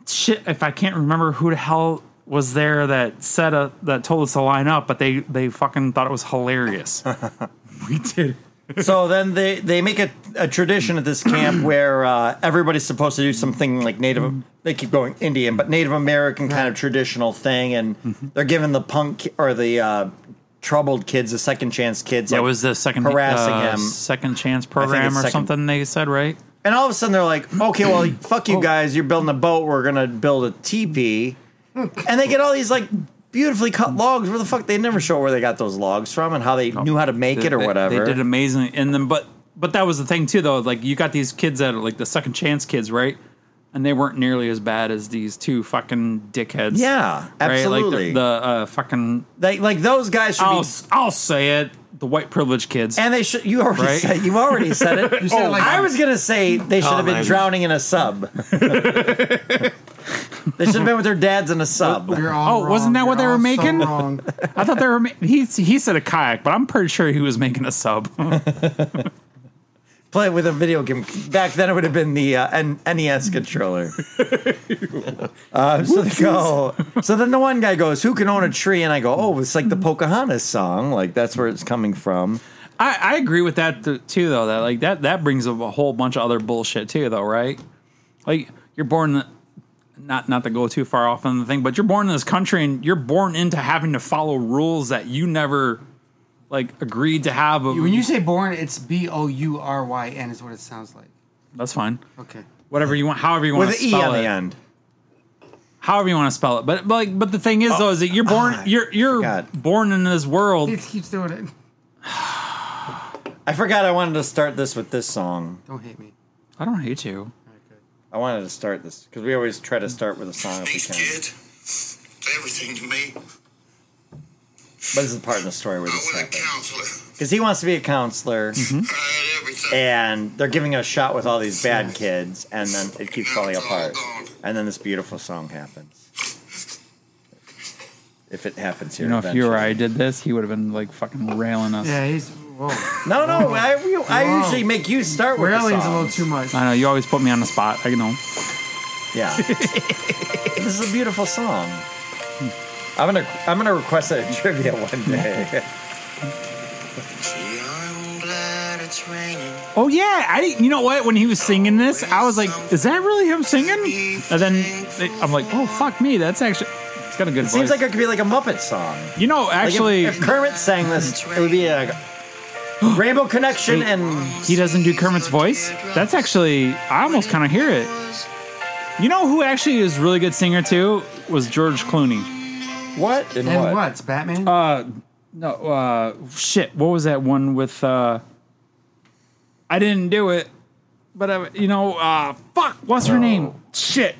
Speaker 2: shit. If I can't remember who the hell was there that said uh that told us to line up, but they they fucking thought it was hilarious. we did.
Speaker 3: so then they, they make a, a tradition at this camp where uh, everybody's supposed to do something like Native. They keep going Indian, but Native American kind of traditional thing, and
Speaker 2: Mm-hmm.
Speaker 3: they're giving the punk ki- or the uh, troubled kids, the second chance kids.
Speaker 2: That
Speaker 3: like,
Speaker 2: was the second
Speaker 3: harassing
Speaker 2: uh,
Speaker 3: him.
Speaker 2: second chance program or
Speaker 3: second-
Speaker 2: something they said, right?
Speaker 3: And all of a sudden they're like, okay, well, fuck
Speaker 2: Oh.
Speaker 3: you guys. You're building a boat. We're going to build a teepee. And they get all these like beautifully cut logs. Where the fuck? They never show where they got those logs from and how they knew how to make it or
Speaker 2: Oh. They- they-
Speaker 3: whatever.
Speaker 2: They did amazing, and then but but that was the thing too, though. Like you got these kids that are like the second chance kids, right? And they weren't nearly as bad as these two fucking dickheads.
Speaker 3: Yeah, absolutely.
Speaker 2: Like the, the uh, fucking
Speaker 3: They- like those guys should
Speaker 2: I'll
Speaker 3: be.
Speaker 2: I'll say it, the white privileged kids.
Speaker 3: And they should. You already
Speaker 2: Right?
Speaker 3: said. You already said it. Oh.
Speaker 4: You said it like-
Speaker 3: I was gonna say they should have been
Speaker 5: man.
Speaker 3: drowning in a sub. they should have been with their dads in a sub.
Speaker 4: You're all
Speaker 2: Oh, wasn't that
Speaker 4: wrong.
Speaker 2: what
Speaker 4: You're
Speaker 2: they were
Speaker 4: all so
Speaker 2: making?
Speaker 4: wrong.
Speaker 2: I thought they were. ma- He he said a kayak, but I'm pretty sure he was making a sub.
Speaker 3: Play with a video game. Back then, it would have been the uh, N- NES controller. um, so they go. So then the one guy goes, "Who can own a tree?" And I go, "Oh, it's like the Pocahontas song. Like that's where it's coming from."
Speaker 2: I, I agree with that th- too, though. That like that that brings up a whole bunch of other bullshit too, though, right? Like you're born, not not to go too far off on the thing, but you're born in this country and you're born into having to follow rules that you never like agreed to have.
Speaker 4: When you say born, it's B O U R Y N is what it sounds like.
Speaker 2: That's fine.
Speaker 4: Okay.
Speaker 2: Whatever you want, however you want
Speaker 3: With
Speaker 2: to
Speaker 3: an E
Speaker 2: spell
Speaker 3: on
Speaker 2: it,
Speaker 3: the end.
Speaker 2: however you want to spell it. But but, like, but the thing is though, is that you're born,
Speaker 3: ah,
Speaker 2: you're you're
Speaker 3: forgot.
Speaker 2: born in this world.
Speaker 4: It keeps doing it.
Speaker 3: I forgot I wanted to start this with this song.
Speaker 4: Don't hate me.
Speaker 2: I don't hate you.
Speaker 3: I wanted to start this because we always try to start with a song if we
Speaker 5: These
Speaker 3: can.
Speaker 5: kids, they're everything to me.
Speaker 3: But this is the part in the story where
Speaker 5: I
Speaker 3: this
Speaker 5: want a
Speaker 3: happens.
Speaker 5: counselor.
Speaker 3: Because he wants to be a counselor,
Speaker 2: Mm-hmm.
Speaker 5: I had everything.
Speaker 3: Eh. and they're giving a shot with all these bad kids, and then it keeps falling apart. And then this beautiful song happens. If it happens here,
Speaker 2: You know, if you or
Speaker 3: eventually.
Speaker 2: I did this, he would have been like fucking railing us.
Speaker 4: Yeah, he's. Whoa.
Speaker 3: No, no, I, you- I
Speaker 4: Whoa.
Speaker 3: usually make you start with the
Speaker 4: Railing's a
Speaker 3: song.
Speaker 4: little too much.
Speaker 2: I know you always put me on the spot. I know.
Speaker 3: Yeah, this is a beautiful song. I'm gonna, I'm gonna request a trivia one day.
Speaker 5: Gee, I'm glad it's raining.
Speaker 2: Oh yeah, I didn't. You know what? When he was singing this, I was like, "Is that really him singing?" And then they- I'm like, "Oh fuck me, that's actually." It's got a good.
Speaker 3: Seems
Speaker 2: voice.
Speaker 3: like it could be like a Muppet song.
Speaker 2: you know
Speaker 3: Like, if-
Speaker 2: actually
Speaker 3: if, Kermit sang this, it would be like Rainbow Connection and
Speaker 2: he doesn't do Kermit's voice. That's actually I almost kind of hear it. You know who actually is really good singer too was George Clooney.
Speaker 3: what and,
Speaker 4: and
Speaker 3: what?
Speaker 4: what? It's Batman?
Speaker 2: Uh, no, uh, shit. What was that one with? uh I didn't do it, but I, you know, uh, fuck. What's her name? Shit,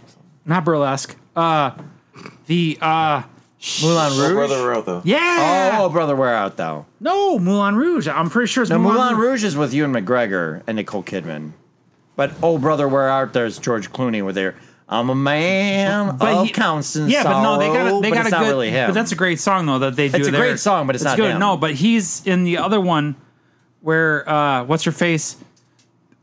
Speaker 2: not burlesque. Uh, the uh.
Speaker 3: Moulin
Speaker 5: Oh,
Speaker 3: Rouge.
Speaker 5: brother Rotho.
Speaker 2: Yeah.
Speaker 3: Oh, brother, where out thou?
Speaker 2: No, Moulin Rouge. I'm pretty sure it's
Speaker 3: No,
Speaker 2: Moulin,
Speaker 3: Moulin
Speaker 2: Rouge.
Speaker 3: Rouge is with Ewan McGregor and Nicole Kidman, but Oh, brother, where art there's George Clooney with there. I'm a man
Speaker 2: But
Speaker 3: of
Speaker 2: he-
Speaker 3: constant
Speaker 2: Yeah, but no, they
Speaker 3: sorrow,
Speaker 2: got a, they
Speaker 3: but
Speaker 2: got
Speaker 3: it's
Speaker 2: a
Speaker 3: not
Speaker 2: good.
Speaker 3: really him.
Speaker 2: But that's a great song though that they do.
Speaker 3: It's a
Speaker 2: there.
Speaker 3: great song, but it's not
Speaker 2: good.
Speaker 3: him.
Speaker 2: No, but he's in the other one where uh, what's her face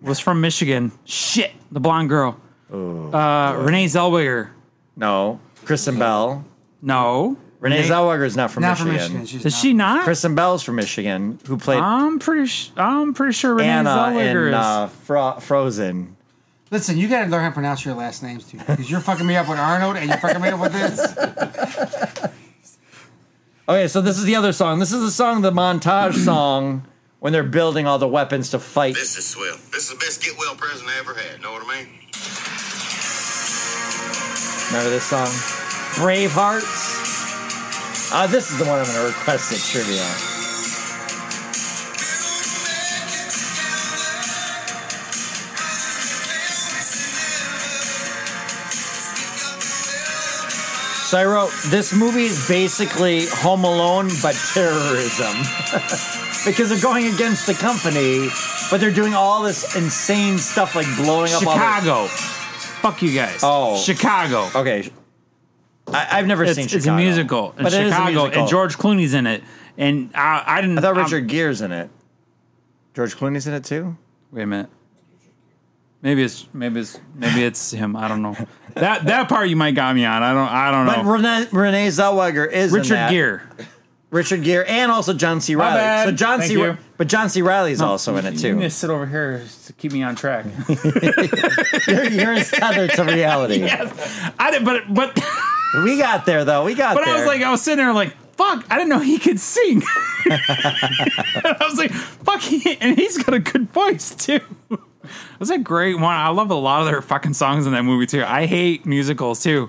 Speaker 2: was from Michigan. Shit, the blonde girl,
Speaker 3: Oh,
Speaker 2: uh, Renee Zellweger.
Speaker 3: no. Kristen Bell.
Speaker 2: No,
Speaker 3: Renee Zellweger is not from
Speaker 4: not from
Speaker 3: Michigan.
Speaker 4: Michigan. She's
Speaker 2: is
Speaker 4: not.
Speaker 2: she not?
Speaker 3: Kristen Bell's from Michigan, who played
Speaker 2: I'm pretty. Sh- I'm pretty sure Ah, Renee
Speaker 3: Anna
Speaker 2: Zellweger
Speaker 3: in
Speaker 2: is.
Speaker 3: uh, Fro- Frozen.
Speaker 4: Listen, you gotta learn how to pronounce your last names, dude. Because you're fucking me up with Arnold and you're fucking me up with this.
Speaker 3: Okay, so this is the other song. This is the song, the montage song when they're building all the weapons to fight.
Speaker 5: This is swell. This is the best get well present I ever had. Know what I mean?
Speaker 3: Remember this song? Bravehearts. Uh, this is the one I'm going to request at trivia. So I wrote, this movie is basically Home Alone, but terrorism. because they're going against the company, but they're doing all this insane stuff like blowing up all the-
Speaker 2: Chicago. Fuck you guys.
Speaker 3: Oh.
Speaker 2: Chicago.
Speaker 3: Okay. I, I've never
Speaker 2: It's,
Speaker 3: seen
Speaker 2: it's
Speaker 3: Chicago.
Speaker 2: a musical. in
Speaker 3: But it is a
Speaker 2: Chicago,
Speaker 3: musical.
Speaker 2: and George Clooney's in it. And I, I didn't.
Speaker 3: I thought
Speaker 2: I'm-
Speaker 3: Richard Gere's in it. George Clooney's in it too?
Speaker 2: Wait a minute. Maybe it's maybe it's maybe it's him. I don't know. That that part you might got me on. I don't I don't
Speaker 3: But
Speaker 2: know.
Speaker 3: Renee, Renee Zellweger is in
Speaker 2: Richard
Speaker 3: that.
Speaker 2: Gere.
Speaker 3: Richard Gere and also John C. Riley.
Speaker 2: bad.
Speaker 3: So John
Speaker 2: Thank
Speaker 3: C.
Speaker 2: you.
Speaker 3: But John C. Riley's also in it
Speaker 2: You
Speaker 3: too.
Speaker 2: need to sit over here to keep me on track.
Speaker 3: You're, you're tethered to reality.
Speaker 2: I didn't, but but
Speaker 3: We got there though. We got
Speaker 2: but
Speaker 3: there.
Speaker 2: I was like I was sitting there like fuck. I didn't know he could sing. I was like fuck, he, and he's got a good voice too. That's a great one. I love a lot of their fucking songs in that movie too. I hate musicals too,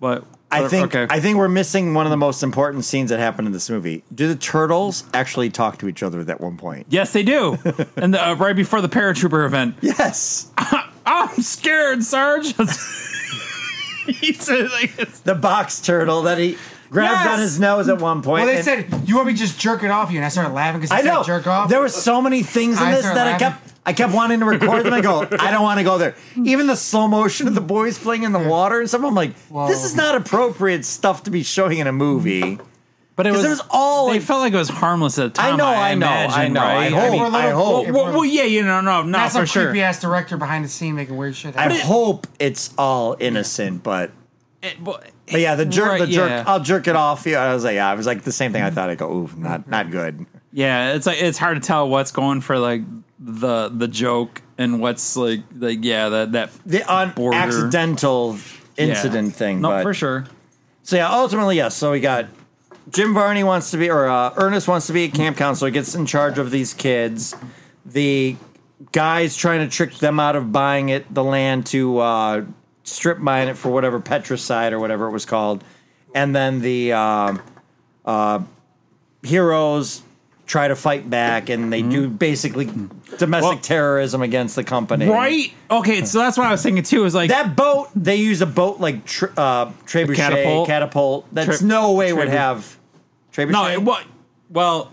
Speaker 2: but
Speaker 3: I
Speaker 2: but-
Speaker 3: think
Speaker 2: okay.
Speaker 3: I think we're missing one of the most important scenes that happened in this movie. Do the turtles actually talk to each other at that one point?
Speaker 2: yes they do, and the, uh, right before the paratrooper event.
Speaker 3: Yes.
Speaker 2: I'm scared, Sarge. he said, like, it's-
Speaker 3: The box turtle that he grabbed
Speaker 2: Yes.
Speaker 3: on his nose at one point.
Speaker 4: Well, they
Speaker 3: and-
Speaker 4: said you want me to just jerk it off you, and I started laughing because I, said jerk off.
Speaker 3: There were so many things in
Speaker 4: I
Speaker 3: this
Speaker 4: start
Speaker 3: that I
Speaker 4: laughing.
Speaker 3: kept I kept wanting to record them. I go, I don't want to go there. Even the slow motion of the boys playing in the water and stuff. I'm like, this is
Speaker 4: Whoa.
Speaker 3: not appropriate stuff to be showing in a movie.
Speaker 2: but it
Speaker 3: 'Cause
Speaker 2: was,
Speaker 3: it was all
Speaker 2: They
Speaker 3: like-
Speaker 2: felt like it was harmless at the time.
Speaker 3: I know, I, know, I
Speaker 2: imagine,
Speaker 3: know.
Speaker 2: right?
Speaker 3: I hope.
Speaker 4: mean,
Speaker 3: I hope.
Speaker 2: well, well, well, yeah, you know, no, no,
Speaker 4: That's
Speaker 2: for
Speaker 4: a
Speaker 2: sure.
Speaker 4: creepy ass director behind the scene making weird shit.
Speaker 3: I
Speaker 4: happen.
Speaker 3: hope it's all innocent, but
Speaker 2: It- but-
Speaker 3: but yeah, the jerk,
Speaker 2: Right,
Speaker 3: the jerk.
Speaker 2: yeah.
Speaker 3: I'll jerk it off. Yeah, I was like, yeah, I was like the same thing. I thought I go, ooh, not not good.
Speaker 2: yeah, it's like it's hard to tell what's going for like the the joke and what's like like yeah that that
Speaker 3: The un-
Speaker 2: border.
Speaker 3: accidental
Speaker 2: yeah.
Speaker 3: incident thing.
Speaker 2: No,
Speaker 3: but
Speaker 2: for sure.
Speaker 3: So yeah, ultimately yes. So we got Jim Varney wants to be, or uh, Ernest wants to be a camp counselor. Gets in charge of these kids. The guys trying to trick them out of buying it, the land to uh, strip mine it for whatever petricide or whatever it was called, and then the um uh, heroes try to fight back, and they do basically domestic
Speaker 2: Mm-hmm. Well-
Speaker 3: terrorism against the company.
Speaker 2: Right? Okay, so that's what I was thinking too. Is like
Speaker 3: That boat, they use a boat like tr- uh, trebuchet, catapult.
Speaker 2: catapult?
Speaker 3: That's
Speaker 2: Tre-
Speaker 3: no way would
Speaker 2: trebuchet.
Speaker 3: have trebuchet.
Speaker 2: no, it what? Well,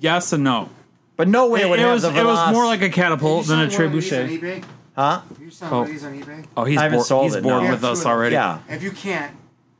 Speaker 2: yes and no.
Speaker 3: but no way
Speaker 2: It,
Speaker 3: it, would
Speaker 2: it
Speaker 3: have
Speaker 2: was
Speaker 3: the
Speaker 2: it was
Speaker 3: veloc-
Speaker 2: more like a catapult than a
Speaker 4: Did you sign one of these
Speaker 2: trebuchet.
Speaker 4: on eBay?
Speaker 3: huh?
Speaker 4: You sign
Speaker 2: Oh.
Speaker 4: one of these on eBay?
Speaker 2: Oh, he's
Speaker 3: I haven't
Speaker 2: bored,
Speaker 3: sold
Speaker 2: he's
Speaker 3: it,
Speaker 2: bored
Speaker 3: no.
Speaker 2: with us already.
Speaker 3: Yeah.
Speaker 4: If you can't,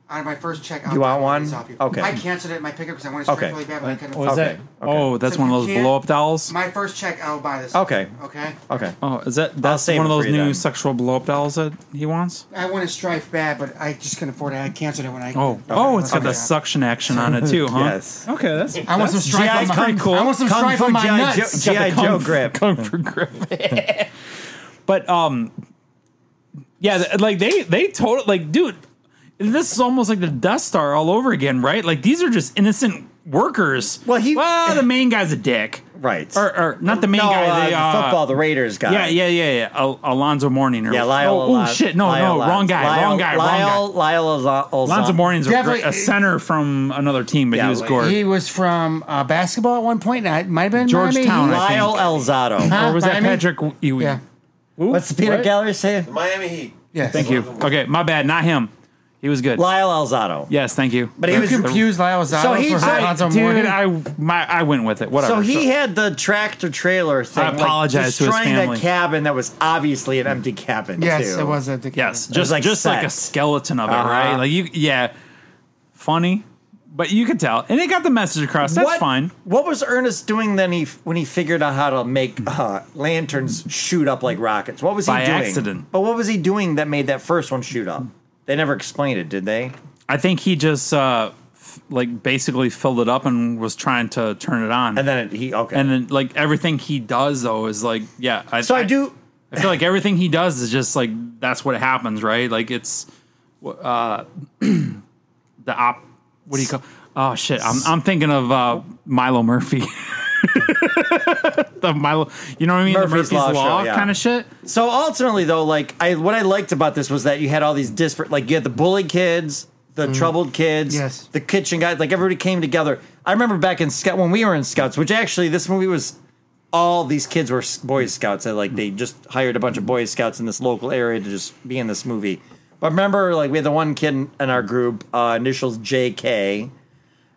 Speaker 4: on my first check, I'll
Speaker 3: You want
Speaker 4: buy
Speaker 3: one?
Speaker 4: of these off you.
Speaker 3: Okay.
Speaker 4: I canceled it at my pickup because I wanted to
Speaker 3: Okay.
Speaker 4: okay. really bad, but I couldn't.
Speaker 2: Oh, is
Speaker 3: Okay,
Speaker 2: that?
Speaker 3: okay.
Speaker 2: Oh, that's
Speaker 4: So
Speaker 2: one
Speaker 4: you
Speaker 2: of those
Speaker 4: can't-
Speaker 2: blow up dolls.
Speaker 4: My first check, I'll buy this.
Speaker 3: Okay.
Speaker 4: Okay.
Speaker 3: Okay.
Speaker 2: Oh, is that that's
Speaker 3: save
Speaker 2: one
Speaker 3: it
Speaker 2: of those
Speaker 3: for you
Speaker 2: new
Speaker 3: then.
Speaker 2: sexual blow up dolls that he wants?
Speaker 4: I wanted strife bad, but I just couldn't afford it. I canceled it when I.
Speaker 2: Oh, oh, it's got
Speaker 4: Okay.
Speaker 2: the suction action on it too, huh?
Speaker 3: Yes.
Speaker 2: Okay, that's
Speaker 4: I want some strife
Speaker 3: G.I.
Speaker 4: on my.
Speaker 3: Kung-
Speaker 4: I want some
Speaker 3: Kung
Speaker 4: strife
Speaker 3: Fu
Speaker 4: on my
Speaker 3: G.I.
Speaker 4: nuts.
Speaker 3: Joe- G.I. Joe grip.
Speaker 2: Kung Fu grip. but um, yeah, th- like they they totally like, dude, this is almost like the Death Star all over again, right? Like these are just innocent workers.
Speaker 3: Well, he-
Speaker 2: well the main guy's a dick,
Speaker 3: Right.
Speaker 2: Or, or not the main
Speaker 3: no,
Speaker 2: guy.
Speaker 3: uh,
Speaker 2: they,
Speaker 3: the
Speaker 2: uh,
Speaker 3: football, the Raiders guy.
Speaker 2: Yeah, yeah, yeah, yeah. Al- Alonzo Mourning. Or,
Speaker 3: Yeah, Lyle.
Speaker 2: Oh, oh,
Speaker 3: Alon-
Speaker 2: shit. No,
Speaker 3: Lyle
Speaker 2: no, wrong
Speaker 3: Alonzo.
Speaker 2: guy.
Speaker 3: Lyle,
Speaker 2: wrong guy.
Speaker 3: Lyle,
Speaker 2: wrong guy.
Speaker 3: Lyle Alonzo.
Speaker 2: Alonzo Mourning's a,
Speaker 4: Definitely-
Speaker 2: great, a center from another team, but
Speaker 3: Yeah,
Speaker 2: he was
Speaker 3: like-
Speaker 2: gorgeous.
Speaker 4: He was from uh, basketball at one point. and I- might have been Miami.
Speaker 2: Georgetown,
Speaker 4: He-
Speaker 2: I think.
Speaker 3: Lyle Elzado.
Speaker 4: Huh?
Speaker 2: or was that
Speaker 4: Miami?
Speaker 2: Patrick? You,
Speaker 4: Yeah.
Speaker 3: What's the peanut
Speaker 2: What?
Speaker 3: gallery say?
Speaker 5: Miami Heat.
Speaker 4: Yes.
Speaker 2: Thank you. Okay, my bad. Not him. He was good.
Speaker 3: Lyle Elzado.
Speaker 2: Yes, thank you.
Speaker 3: But he
Speaker 4: You
Speaker 3: was
Speaker 4: confused Lyle Zotto
Speaker 3: So he's
Speaker 4: for
Speaker 3: like,
Speaker 4: Alonzo
Speaker 2: dude,
Speaker 4: Mourning?
Speaker 2: I my I went with it. Whatever.
Speaker 3: So he had the tractor trailer thing.
Speaker 2: I apologize
Speaker 3: like,
Speaker 2: to his
Speaker 3: destroying
Speaker 2: family.
Speaker 3: that cabin that was obviously an empty cabin.
Speaker 4: Yes,
Speaker 3: too.
Speaker 4: it was a dick.
Speaker 2: yes, just
Speaker 3: like
Speaker 2: like just like a
Speaker 3: set.
Speaker 2: skeleton of it,
Speaker 3: Uh-huh.
Speaker 2: right? Like you, yeah, funny, but you could tell, and it got the message across. That's
Speaker 3: what,
Speaker 2: fine.
Speaker 3: What was Ernest doing then? He when he figured out how to make uh, lanterns shoot up like rockets. What was he
Speaker 2: By
Speaker 3: doing?
Speaker 2: accident.
Speaker 3: But what was he doing that made that first one shoot up? They never explained it, did they?
Speaker 2: I think he just uh f- like basically filled it up and was trying to turn it on,
Speaker 3: And then it, he okay.
Speaker 2: and then like everything he does though is like yeah. I,
Speaker 3: so I, do.
Speaker 2: I feel like everything he does is just like that's what happens, right? Like it's uh, the op. What do you call? Oh shit! I'm I'm thinking of uh, Milo Murphy. the Milo, you know what I mean?
Speaker 3: Murphy's
Speaker 2: the Murphy's
Speaker 3: Law
Speaker 2: Law,
Speaker 3: show, yeah.
Speaker 2: kind of shit.
Speaker 3: So ultimately, though, like I, what I liked about this was that you had all these disparate, like you had the bullied kids, the troubled kids,
Speaker 4: Yes.
Speaker 3: the kitchen guys, like everybody came together. I remember back in Scout when we were in Scouts, which actually this movie was all these kids were s- Boy Scouts. That like they just hired a bunch of Boy Scouts in this local area to just be in this movie. But remember, like we had the one kid in in our group, uh, initials J.K.,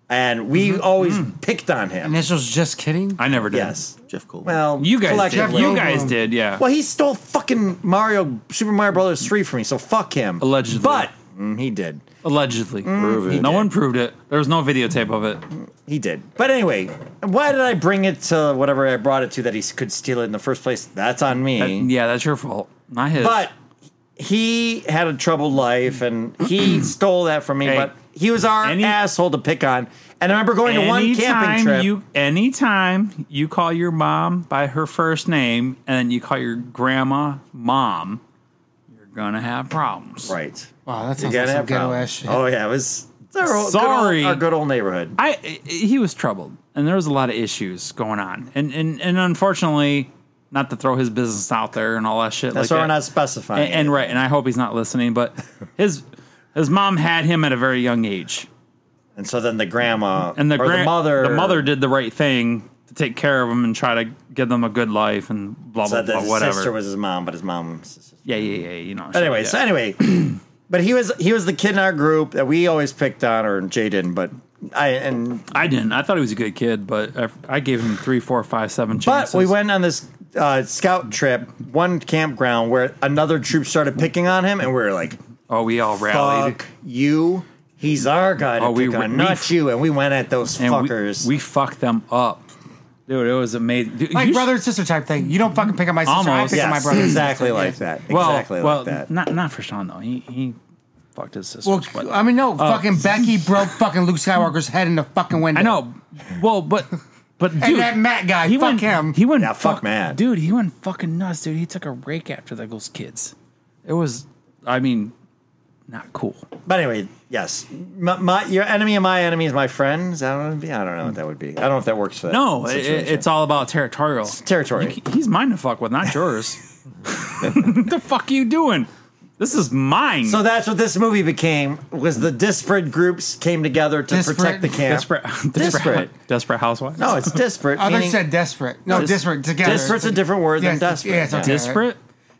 Speaker 3: and we always picked on him.
Speaker 4: Initials just kidding.
Speaker 2: I never did.
Speaker 3: Yes.
Speaker 6: Jeff Goldblum.
Speaker 3: Well,
Speaker 2: You guys did.
Speaker 4: Collectively.
Speaker 2: You guys did, yeah.
Speaker 3: well, he stole fucking Mario Super Mario Brothers three from me, so fuck him.
Speaker 2: Allegedly.
Speaker 3: but mm, he did,
Speaker 2: Allegedly.
Speaker 3: Mm,
Speaker 6: Prove it.
Speaker 2: No one proved it. There was no videotape of it.
Speaker 3: he did. But anyway, why did I bring it to whatever I brought it to that he could steal it in the first place? That's on me.
Speaker 2: That- yeah, that's your fault. Not his.
Speaker 3: but he had a troubled life, and he stole that from me.
Speaker 2: Hey,
Speaker 3: but he was our
Speaker 2: any-
Speaker 3: asshole to pick on. And I remember going to one camping
Speaker 2: Anytime
Speaker 3: trip.
Speaker 2: You, anytime you call your mom by her first name and then you call your grandma mom, you're gonna have problems.
Speaker 3: right?
Speaker 4: Wow, that
Speaker 3: You
Speaker 4: sounds
Speaker 3: gotta
Speaker 4: like some
Speaker 3: have
Speaker 4: ghetto
Speaker 3: problems.
Speaker 4: ass shit.
Speaker 3: Oh yeah, it was. It's our old, Sorry,
Speaker 2: Sorry.
Speaker 3: good old, our good old neighborhood.
Speaker 2: I i- he was troubled, and there was a lot of issues going on, and and and unfortunately, not to throw his business out there and all that shit.
Speaker 3: That's
Speaker 2: like
Speaker 3: why
Speaker 2: that.
Speaker 3: we're not specifying.
Speaker 2: and, and right, and I hope he's not listening, but his his mom had him at a very young age,
Speaker 3: And so then the grandma
Speaker 2: and the,
Speaker 3: or
Speaker 2: gran-
Speaker 3: the mother,
Speaker 2: the mother did the right thing to take care of him and try to give them a good life and blah blah
Speaker 3: said that
Speaker 2: blah
Speaker 3: his
Speaker 2: whatever.
Speaker 3: sister was his mom, but his mom. Was his sister.
Speaker 2: yeah, yeah, yeah. You know. shit,
Speaker 3: Anyway,
Speaker 2: yeah.
Speaker 3: so anyway, but he was he was the kid in our group that we always picked on, or Jay didn't, but I and
Speaker 2: I didn't. I thought he was a good kid, but I, I gave him three, four, five, seven
Speaker 3: but
Speaker 2: chances.
Speaker 3: we went on this uh, scout trip, one campground where another troop started picking on him, and we were like,
Speaker 2: Oh, we all rallied.
Speaker 3: "Fuck you." He's our guy to
Speaker 2: Oh, we
Speaker 3: pick
Speaker 2: were-
Speaker 3: on,
Speaker 2: we-
Speaker 3: not you. And we went at those
Speaker 2: and we-
Speaker 3: fuckers.
Speaker 2: We, fucked them up. Dude, it was amazing. Dude,
Speaker 4: Like
Speaker 2: you sh-
Speaker 4: brother and sister type thing. You don't fucking pick on my sister. I
Speaker 2: Almost.
Speaker 4: pick on my
Speaker 3: yes,
Speaker 4: brother. and
Speaker 3: exactly
Speaker 4: sister.
Speaker 3: like
Speaker 4: Yes.
Speaker 3: that.
Speaker 2: well,
Speaker 3: exactly
Speaker 2: well,
Speaker 3: like that.
Speaker 2: Not, not for Sean, though. He, he fucked his sister.
Speaker 4: Well, I mean, no, fucking Becky broke fucking Luke Skywalker's head in the fucking window.
Speaker 2: Uh, I know. Well, but. But dude,
Speaker 4: that Matt guy, fuck
Speaker 2: went,
Speaker 4: him.
Speaker 2: He went
Speaker 3: Yeah, fuck Matt.
Speaker 2: Dude, he went fucking nuts, dude. He took a rake after those kids. It was, I mean, not cool.
Speaker 3: But anyway, yes, my, my your enemy and my enemy is my friends. I don't know. I don't know what that would be. I don't know if that works for that.
Speaker 2: No, it,
Speaker 3: situation.
Speaker 2: it's all about territorial.
Speaker 3: territory.
Speaker 2: You c- he's mine to fuck with, not yours. what the fuck you doing? This is mine.
Speaker 3: so that's what this movie became: was the disparate groups came together to
Speaker 4: Disparate-
Speaker 3: protect the camp.
Speaker 2: desperate, desperate,
Speaker 3: Desperate.
Speaker 2: desperate housewives.
Speaker 3: No, it's disparate.
Speaker 4: Others
Speaker 3: meaning-
Speaker 4: said desperate. No,
Speaker 2: Dis-
Speaker 4: disparate together.
Speaker 3: disparate's a different word than
Speaker 4: Yes, it's-
Speaker 3: desperate.
Speaker 4: Yeah, it's
Speaker 3: Yeah.
Speaker 4: okay.
Speaker 2: desperate.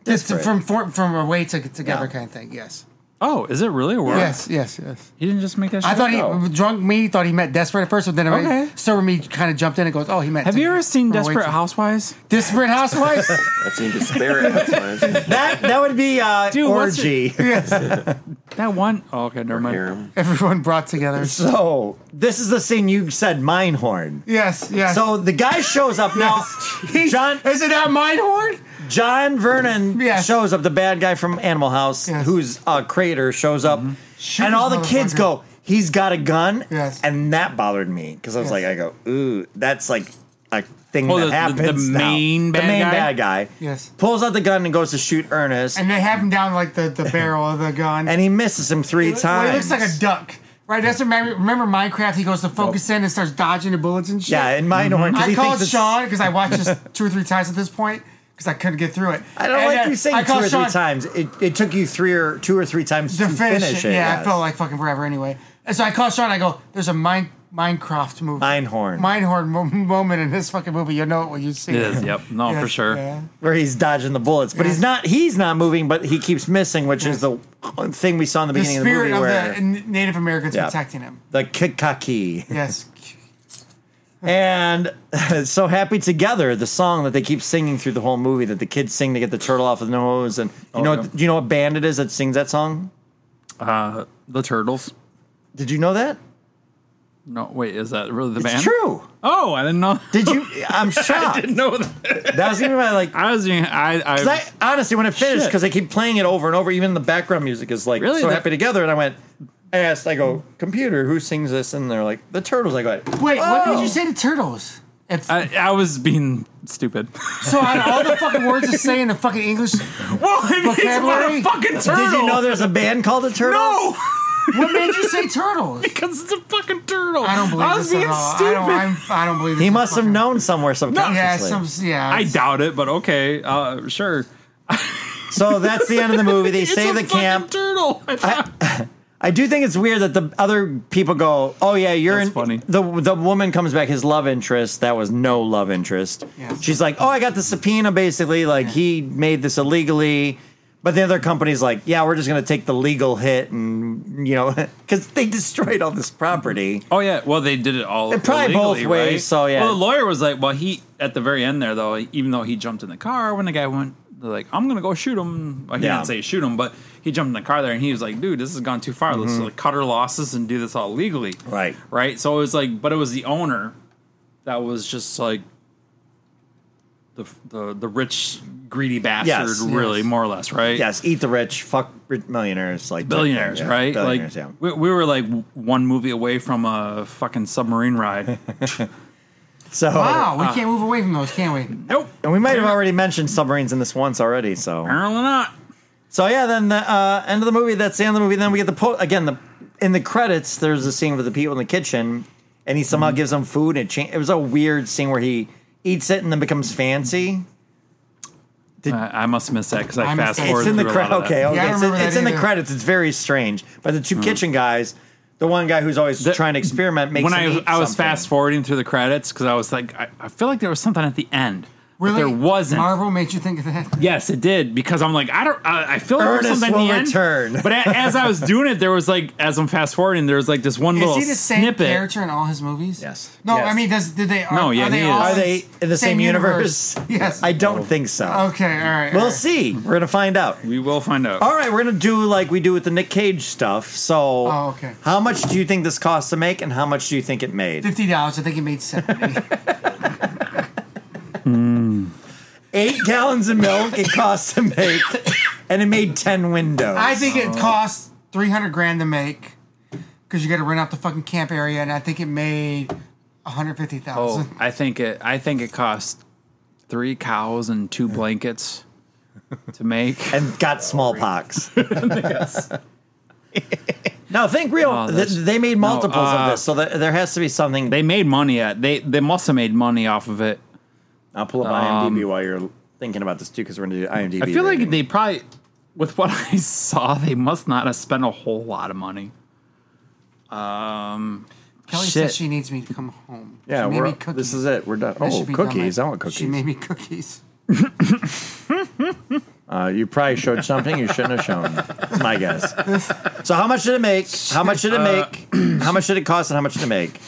Speaker 4: It's
Speaker 3: Disparate.
Speaker 4: from from from away to together
Speaker 3: Yeah.
Speaker 4: kind of thing. Yes.
Speaker 2: Oh, is it really a word?
Speaker 4: Yes. Yes. Yes.
Speaker 2: He didn't just make that. Shit
Speaker 4: I thought he
Speaker 3: No.
Speaker 4: drunk me thought he meant desperate at first, but then
Speaker 2: Okay.
Speaker 4: okay. sober me kind of jumped in and goes, "Oh, he meant."
Speaker 2: Have
Speaker 4: to-
Speaker 2: you ever seen
Speaker 4: from away
Speaker 2: Desperate
Speaker 4: to-
Speaker 2: Housewives?
Speaker 4: Desperate Housewives?
Speaker 6: I've seen disparate housewives.
Speaker 3: that that would be uh,
Speaker 2: Dude, what's
Speaker 3: orgy.
Speaker 4: yes.
Speaker 2: That one oh okay, never mind.
Speaker 6: Harem.
Speaker 4: Everyone brought together.
Speaker 3: So this is the scene you said, Minehorn.
Speaker 4: Yes. Yes.
Speaker 3: So the guy shows up now.
Speaker 4: He's-
Speaker 3: John
Speaker 4: is it not mine horn?
Speaker 3: John Vernon
Speaker 4: Yes.
Speaker 3: shows up, the bad guy from Animal House,
Speaker 4: Yes. Mm-hmm.
Speaker 3: who's a creator, shows up,
Speaker 4: Shoot
Speaker 3: and all the
Speaker 4: this
Speaker 3: kids
Speaker 4: motherfucker.
Speaker 3: go, "He's got a gun,"
Speaker 4: Yes.
Speaker 3: and that bothered me because I was
Speaker 4: Yes.
Speaker 3: like, "I go, ooh, that's like a thing
Speaker 2: Oh,
Speaker 3: that
Speaker 2: the- the- the
Speaker 3: happens." now."
Speaker 2: main
Speaker 3: the
Speaker 2: bad
Speaker 3: main
Speaker 2: guy?
Speaker 3: bad guy,
Speaker 4: Yes.
Speaker 3: pulls out the gun and goes to shoot Ernest, and,
Speaker 4: And they have him down like the, the barrel of the gun.
Speaker 3: he misses him three
Speaker 4: Well,
Speaker 3: times.
Speaker 4: he looks like a duck. Right? That's what remember, remember Minecraft. He goes to focus in and starts dodging the bullets and shit.
Speaker 3: yeah, in
Speaker 2: Mm-hmm.
Speaker 3: mine horn. 'cause
Speaker 4: I
Speaker 3: he
Speaker 4: called
Speaker 3: thinks it's-
Speaker 4: Sean because I watched this two or three times at this point because I couldn't get through it.
Speaker 3: I don't
Speaker 4: And
Speaker 3: like
Speaker 4: then
Speaker 3: you saying
Speaker 4: I
Speaker 3: two
Speaker 4: called
Speaker 3: or three
Speaker 4: Sean
Speaker 3: times. It, it took you three or two or three times
Speaker 4: To
Speaker 3: to finish, it.
Speaker 4: it. Yeah,
Speaker 3: yes.
Speaker 4: I felt like fucking forever anyway. And so I called Sean. I go, "There's a mine, Minecraft movie,
Speaker 3: Minehorn.
Speaker 4: Minehorn mo- moment in this fucking movie. You'll know it when you see
Speaker 2: It
Speaker 4: it." Oh,
Speaker 2: is, yep. No,
Speaker 4: Yes,
Speaker 2: for sure.
Speaker 4: yeah.
Speaker 3: where he's dodging the bullets, but he's not he's not moving, but he keeps missing, which is the thing we saw in the
Speaker 4: The
Speaker 3: beginning of the
Speaker 4: spirit
Speaker 3: movie
Speaker 4: of
Speaker 3: where
Speaker 4: the N- Native Americans
Speaker 3: Yeah.
Speaker 4: protecting him.
Speaker 3: the Kikaki.
Speaker 4: Yes.
Speaker 3: and so happy together, the song that they keep singing through the whole movie that the kids sing to get the turtle off of the nose, and you know
Speaker 2: Oh, yeah.
Speaker 3: do you know what band it is that sings that song?
Speaker 2: The Turtles.
Speaker 3: Did you know that?
Speaker 2: No, wait, is that really the
Speaker 3: It's
Speaker 2: band?
Speaker 3: true.
Speaker 2: Oh, I didn't know.
Speaker 3: Did you? I'm shocked.
Speaker 2: No, that.
Speaker 3: That was even my like.
Speaker 2: I was. I. I,
Speaker 3: Cause I- honestly, when it finished,
Speaker 2: Shit.
Speaker 3: because they keep playing it over and over, even the background music is like
Speaker 2: Really?
Speaker 3: so
Speaker 2: That-
Speaker 3: happy together. And I went, I asked, I go, computer, who sings this? And they're like, the Turtles. I go,
Speaker 4: Wait, what did
Speaker 3: "Oh."
Speaker 4: you say to turtles? If,
Speaker 2: I, I was being stupid.
Speaker 4: so out of all the fucking words to say in the fucking English,
Speaker 2: well, it means
Speaker 4: Vocabulary?
Speaker 2: fucking turtle.
Speaker 3: Did you know there's a band called the Turtles?
Speaker 2: No.
Speaker 4: What made you say turtles?
Speaker 2: because it's a fucking turtle.
Speaker 4: I don't believe
Speaker 2: I was
Speaker 4: this
Speaker 2: being
Speaker 4: at all.
Speaker 2: stupid.
Speaker 4: I don't. I'm, I don't believe this.
Speaker 3: He
Speaker 4: is
Speaker 3: must have
Speaker 4: fucking-
Speaker 3: known somewhere subconsciously.
Speaker 4: Yeah, some. Yeah,
Speaker 2: I
Speaker 4: it's-
Speaker 2: doubt it, but okay, uh, sure.
Speaker 3: So that's the end of the movie. They
Speaker 2: It's a
Speaker 3: save the
Speaker 2: fucking
Speaker 3: camp.
Speaker 2: turtle.
Speaker 3: I do think it's weird that the other people go, "Oh yeah, you're
Speaker 2: That's
Speaker 3: in."
Speaker 2: funny.
Speaker 3: The the woman comes back, his love interest. That was no love interest.
Speaker 4: Yes.
Speaker 3: She's like, "Oh, I got the subpoena. Basically, like he made this illegally." But the other company's like, "Yeah, we're just gonna take the legal hit, and you know, because they destroyed all this property."
Speaker 2: oh yeah, well they did it all.
Speaker 3: It probably both
Speaker 2: illegally,
Speaker 3: ways,
Speaker 2: right?
Speaker 3: so, yeah.
Speaker 2: Well, the lawyer was like, well, he at the very end there though, even though he jumped in the car when the guy went, they're like, I'm gonna go shoot him. Well, he
Speaker 3: Yeah.
Speaker 2: didn't say shoot him, but he jumped in the car there and he was like, dude, this has gone too far. Let's like, cut our losses and do this all legally.
Speaker 3: Mm-hmm. Right.
Speaker 2: Right. So it was like, but it was the owner that was just like the the the rich greedy bastard,
Speaker 3: Yes.
Speaker 2: really
Speaker 4: Yes.
Speaker 2: more or less, right?
Speaker 3: Yes, eat the rich, fuck rich millionaires, like
Speaker 2: billionaires,
Speaker 3: yeah,
Speaker 2: right?
Speaker 3: Billionaires,
Speaker 2: like
Speaker 3: yeah.
Speaker 2: we, we were like w- one movie away from a fucking submarine ride.
Speaker 3: So
Speaker 4: Wow, we can't move away from those, can we?
Speaker 2: nope,
Speaker 3: And we might have already mentioned submarines in this once already, so
Speaker 2: apparently not.
Speaker 3: So yeah, then the uh, end of the movie. That's the end of the movie. Then we get the po- again the in the credits. There's a scene with the people in the kitchen, and he somehow
Speaker 2: Mm-hmm.
Speaker 3: gives them food. And it, cha- it was a weird scene where he eats it and then becomes fancy.
Speaker 2: I, I must miss that because I,
Speaker 4: I missed
Speaker 2: fast
Speaker 4: that.
Speaker 2: forward.
Speaker 3: it's in the
Speaker 2: through a lot
Speaker 3: credits.
Speaker 2: of that. Mm-hmm.
Speaker 3: Okay, okay.
Speaker 4: Yeah, I
Speaker 3: it's in,
Speaker 4: remember that
Speaker 3: it's in the
Speaker 4: either.
Speaker 3: credits. It's very strange. But the 2 kitchen guys, the one guy who's always
Speaker 2: The-
Speaker 3: trying to experiment, makes
Speaker 2: When
Speaker 3: him
Speaker 2: I was,
Speaker 3: eat
Speaker 2: I was
Speaker 3: something.
Speaker 2: fast forwarding through the credits because I was like, I, I feel like there was something at the end. but
Speaker 4: Really?
Speaker 2: there wasn't.
Speaker 4: Marvel made you think of that.
Speaker 2: Yes, it did because I'm like I don't. I, I feel like
Speaker 3: Ernest
Speaker 2: there's something
Speaker 3: will
Speaker 2: at the end.
Speaker 3: return.
Speaker 2: But a, as I was doing it, there was like as I'm fast forwarding, there was like this one
Speaker 4: Is
Speaker 2: little
Speaker 4: he the same
Speaker 2: snippet.
Speaker 4: character in all his movies?
Speaker 3: Yes.
Speaker 4: No,
Speaker 3: Yes.
Speaker 4: I mean, does did they? Are,
Speaker 2: No, yeah,
Speaker 4: are they
Speaker 2: he is.
Speaker 4: all
Speaker 3: Are
Speaker 4: in
Speaker 3: they
Speaker 4: s-
Speaker 3: in the same, universe?
Speaker 4: Yes.
Speaker 3: I don't think so.
Speaker 4: okay, all right. all
Speaker 3: We'll
Speaker 4: right.
Speaker 3: see. We're gonna find out.
Speaker 2: We will find out.
Speaker 3: All right, we're gonna do like we do with the Nick Cage stuff. So,
Speaker 4: Oh, okay.
Speaker 3: How much do you think this cost to make, and how much do you think it made?
Speaker 4: Fifty dollars. I think it made seventy.
Speaker 3: Eight gallons of milk it cost to make, and it made ten windows.
Speaker 4: I think it cost three hundred grand to make because you got to rent out the fucking camp area, and I think it made one hundred fifty
Speaker 2: Oh,
Speaker 4: thousand.
Speaker 2: I think it. I think it cost three cows and two blankets to make.
Speaker 3: and got smallpox. now think real.
Speaker 2: Oh,
Speaker 3: th-
Speaker 2: that's-
Speaker 3: they made multiples
Speaker 2: uh,
Speaker 3: of this, so th- there has to be something.
Speaker 2: They made money at. They they must have made money off of it.
Speaker 3: I'll pull up IMDb while you're thinking about this too, because we're gonna do IMDb.
Speaker 2: um, I feel like
Speaker 3: rating.
Speaker 2: they probably, with what I saw, they must not have spent a whole lot of money.
Speaker 4: Kelly
Speaker 2: shit.
Speaker 4: said she needs me to come home.
Speaker 6: Yeah,
Speaker 4: she made
Speaker 6: we're,
Speaker 4: me cookies.
Speaker 6: this is it. We're done.
Speaker 4: I should
Speaker 6: Oh,
Speaker 4: be done
Speaker 6: cookies. I
Speaker 4: with-
Speaker 6: want cookies.
Speaker 4: She made me cookies.
Speaker 6: uh, you probably showed something you shouldn't have shown.
Speaker 3: That's my guess. so how much did it make? How much did it make?
Speaker 4: Uh,
Speaker 3: how much did it cost, and how much did it make?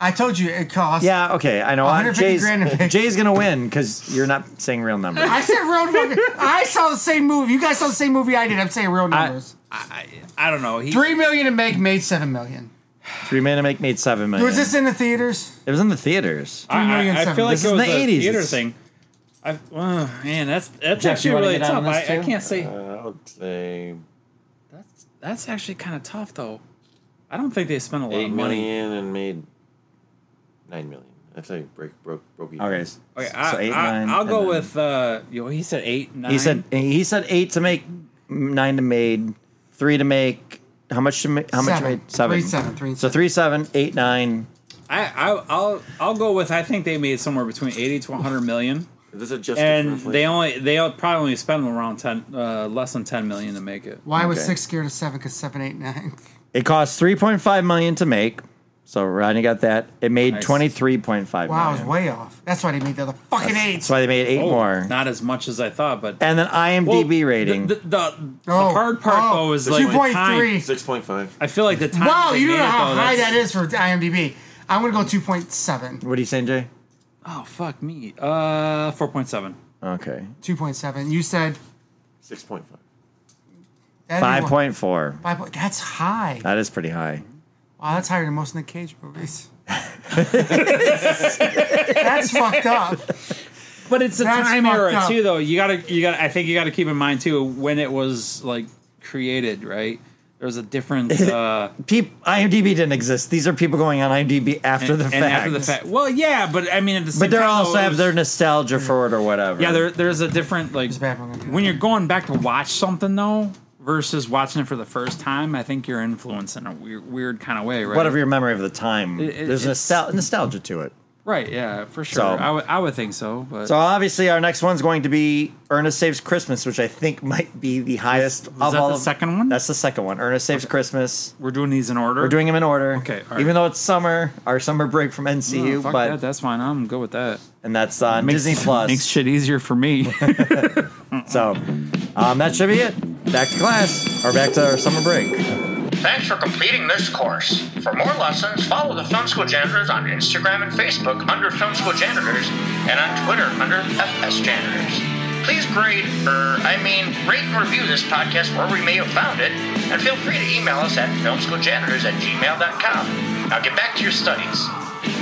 Speaker 4: I told you it cost.
Speaker 3: Yeah, okay, I know. I-
Speaker 4: 150
Speaker 3: Jay's,
Speaker 4: grand to make.
Speaker 3: Jay's gonna win because you're not saying real numbers.
Speaker 4: I said real numbers. I saw the same movie. You guys saw the same movie I did. I'm saying real numbers.
Speaker 2: I I don't know. He,
Speaker 4: Three million to make made seven million.
Speaker 3: Three men to make made seven million.
Speaker 4: Was this in the theaters?
Speaker 3: it was in the theaters.
Speaker 2: I-
Speaker 4: million
Speaker 2: I, I
Speaker 4: seven.
Speaker 2: feel like
Speaker 3: This
Speaker 2: it
Speaker 3: is
Speaker 2: was
Speaker 3: the
Speaker 2: a
Speaker 3: 80s.
Speaker 2: theater thing. I, oh, man, that's that's
Speaker 3: Jeff, you
Speaker 2: actually
Speaker 3: wanna
Speaker 2: really
Speaker 3: get on
Speaker 2: tough. I,
Speaker 3: this
Speaker 2: I
Speaker 3: too?
Speaker 2: can't say
Speaker 6: I'll say
Speaker 2: that's that's actually kind of tough though. I don't think they spent a lot
Speaker 6: eight
Speaker 2: of money.
Speaker 6: million and made nine million. I'd say break broke broke even.
Speaker 3: Okay,
Speaker 2: Okay,
Speaker 3: so
Speaker 2: I,
Speaker 3: eight,
Speaker 2: I,
Speaker 3: nine,
Speaker 2: will
Speaker 3: and
Speaker 2: go
Speaker 3: then-
Speaker 2: with uh, you know, he said eight, nine.
Speaker 3: He said he said eight to make, nine to made, three to make. How much to make? How much
Speaker 4: Seven.
Speaker 3: made? Seven.
Speaker 4: Three, seven, three,
Speaker 3: So
Speaker 4: seven.
Speaker 3: three seven eight nine.
Speaker 2: I, I I'll I'll go with I think they made somewhere between eighty to one hundred million,
Speaker 6: This is just
Speaker 2: and they only they probably only spent around ten uh, less than ten million to make it.
Speaker 4: Why was
Speaker 3: Okay.
Speaker 4: six scared of seven? Because seven, eight, nine.
Speaker 3: It cost three point five million to make. So Rodney got that. It made
Speaker 2: Nice.
Speaker 3: twenty three point five million.
Speaker 4: Wow, I was way off. That's why they made the other fucking eight.
Speaker 3: That's why they made eight
Speaker 2: Oh,
Speaker 3: more.
Speaker 2: not as much as I thought, but
Speaker 3: and then
Speaker 2: Well,
Speaker 3: IMDb
Speaker 2: the-
Speaker 3: rating.
Speaker 2: The, the, the
Speaker 4: Oh,
Speaker 2: hard part
Speaker 4: oh,
Speaker 2: though is like the time.
Speaker 4: 2.3.
Speaker 6: six point five.
Speaker 2: I feel like the time.
Speaker 4: Wow,
Speaker 2: they
Speaker 4: you don't know
Speaker 2: made it,
Speaker 4: how
Speaker 2: though,
Speaker 4: high
Speaker 2: that's-
Speaker 4: that is for IMDb. I'm gonna go two point seven.
Speaker 3: what are you saying, Jay?
Speaker 2: Oh fuck me. Uh, four point seven.
Speaker 3: Okay,
Speaker 4: Two point seven. You said
Speaker 6: Six point five.
Speaker 4: that'd be
Speaker 3: five
Speaker 4: one-
Speaker 3: point four.
Speaker 4: Five point. That's high.
Speaker 3: That is pretty high.
Speaker 4: Wow, that's higher than most Nick Cage movies. that's fucked up.
Speaker 2: But it's a
Speaker 4: That's
Speaker 2: time era
Speaker 4: fucked up.
Speaker 2: too, though. You gotta, you gotta. I think you gotta keep in mind too when it was like created, right? There was a different. Uh,
Speaker 3: Peop IMDb didn't exist. These are people going on IMDb after the
Speaker 2: and
Speaker 3: fact.
Speaker 2: after the fact, well, yeah, but I mean, at the same
Speaker 3: But they
Speaker 2: time,
Speaker 3: also
Speaker 2: though, it
Speaker 3: have
Speaker 2: was-
Speaker 3: their nostalgia for it or whatever.
Speaker 2: Yeah, there, there's a different like
Speaker 4: bad when we do
Speaker 2: when you're going back to watch something though versus watching it for the first time, I think you're influenced in a weird, weird kind of way, right?
Speaker 3: Whatever your memory of the time,
Speaker 2: It- it-
Speaker 3: there's
Speaker 2: it's-
Speaker 3: nostal- nostalgia to it.
Speaker 2: Right? Yeah, for sure.
Speaker 3: So-
Speaker 2: I would, I would think so, but
Speaker 3: So obviously, our next one's going to be Ernest Saves Christmas, which I think might be the highest
Speaker 2: was
Speaker 3: of
Speaker 2: that
Speaker 3: all.
Speaker 2: the
Speaker 3: of-
Speaker 2: second one?
Speaker 3: That's the second one. Ernest Saves Christmas.
Speaker 2: we're doing these in order.
Speaker 3: We're doing them in order.
Speaker 2: Okay, all right.
Speaker 3: Even though it's summer, our summer break from NCU,
Speaker 2: Oh, fuck
Speaker 3: but
Speaker 2: that. That's fine. I'm good with that.
Speaker 3: and that's on Disney Plus.
Speaker 2: makes shit easier for me.
Speaker 3: So um, that should be it. Back to class or back to our summer break.
Speaker 7: Thanks for completing this course. For more lessons, follow the Film School Janitors on Instagram and Facebook under Film School Janitors and on Twitter under FS Janitors. Please grade, er, I mean, rate and review this podcast where we may have found it, and feel free to email us at filmschooljanitors at gmail.com. Now get back to your studies.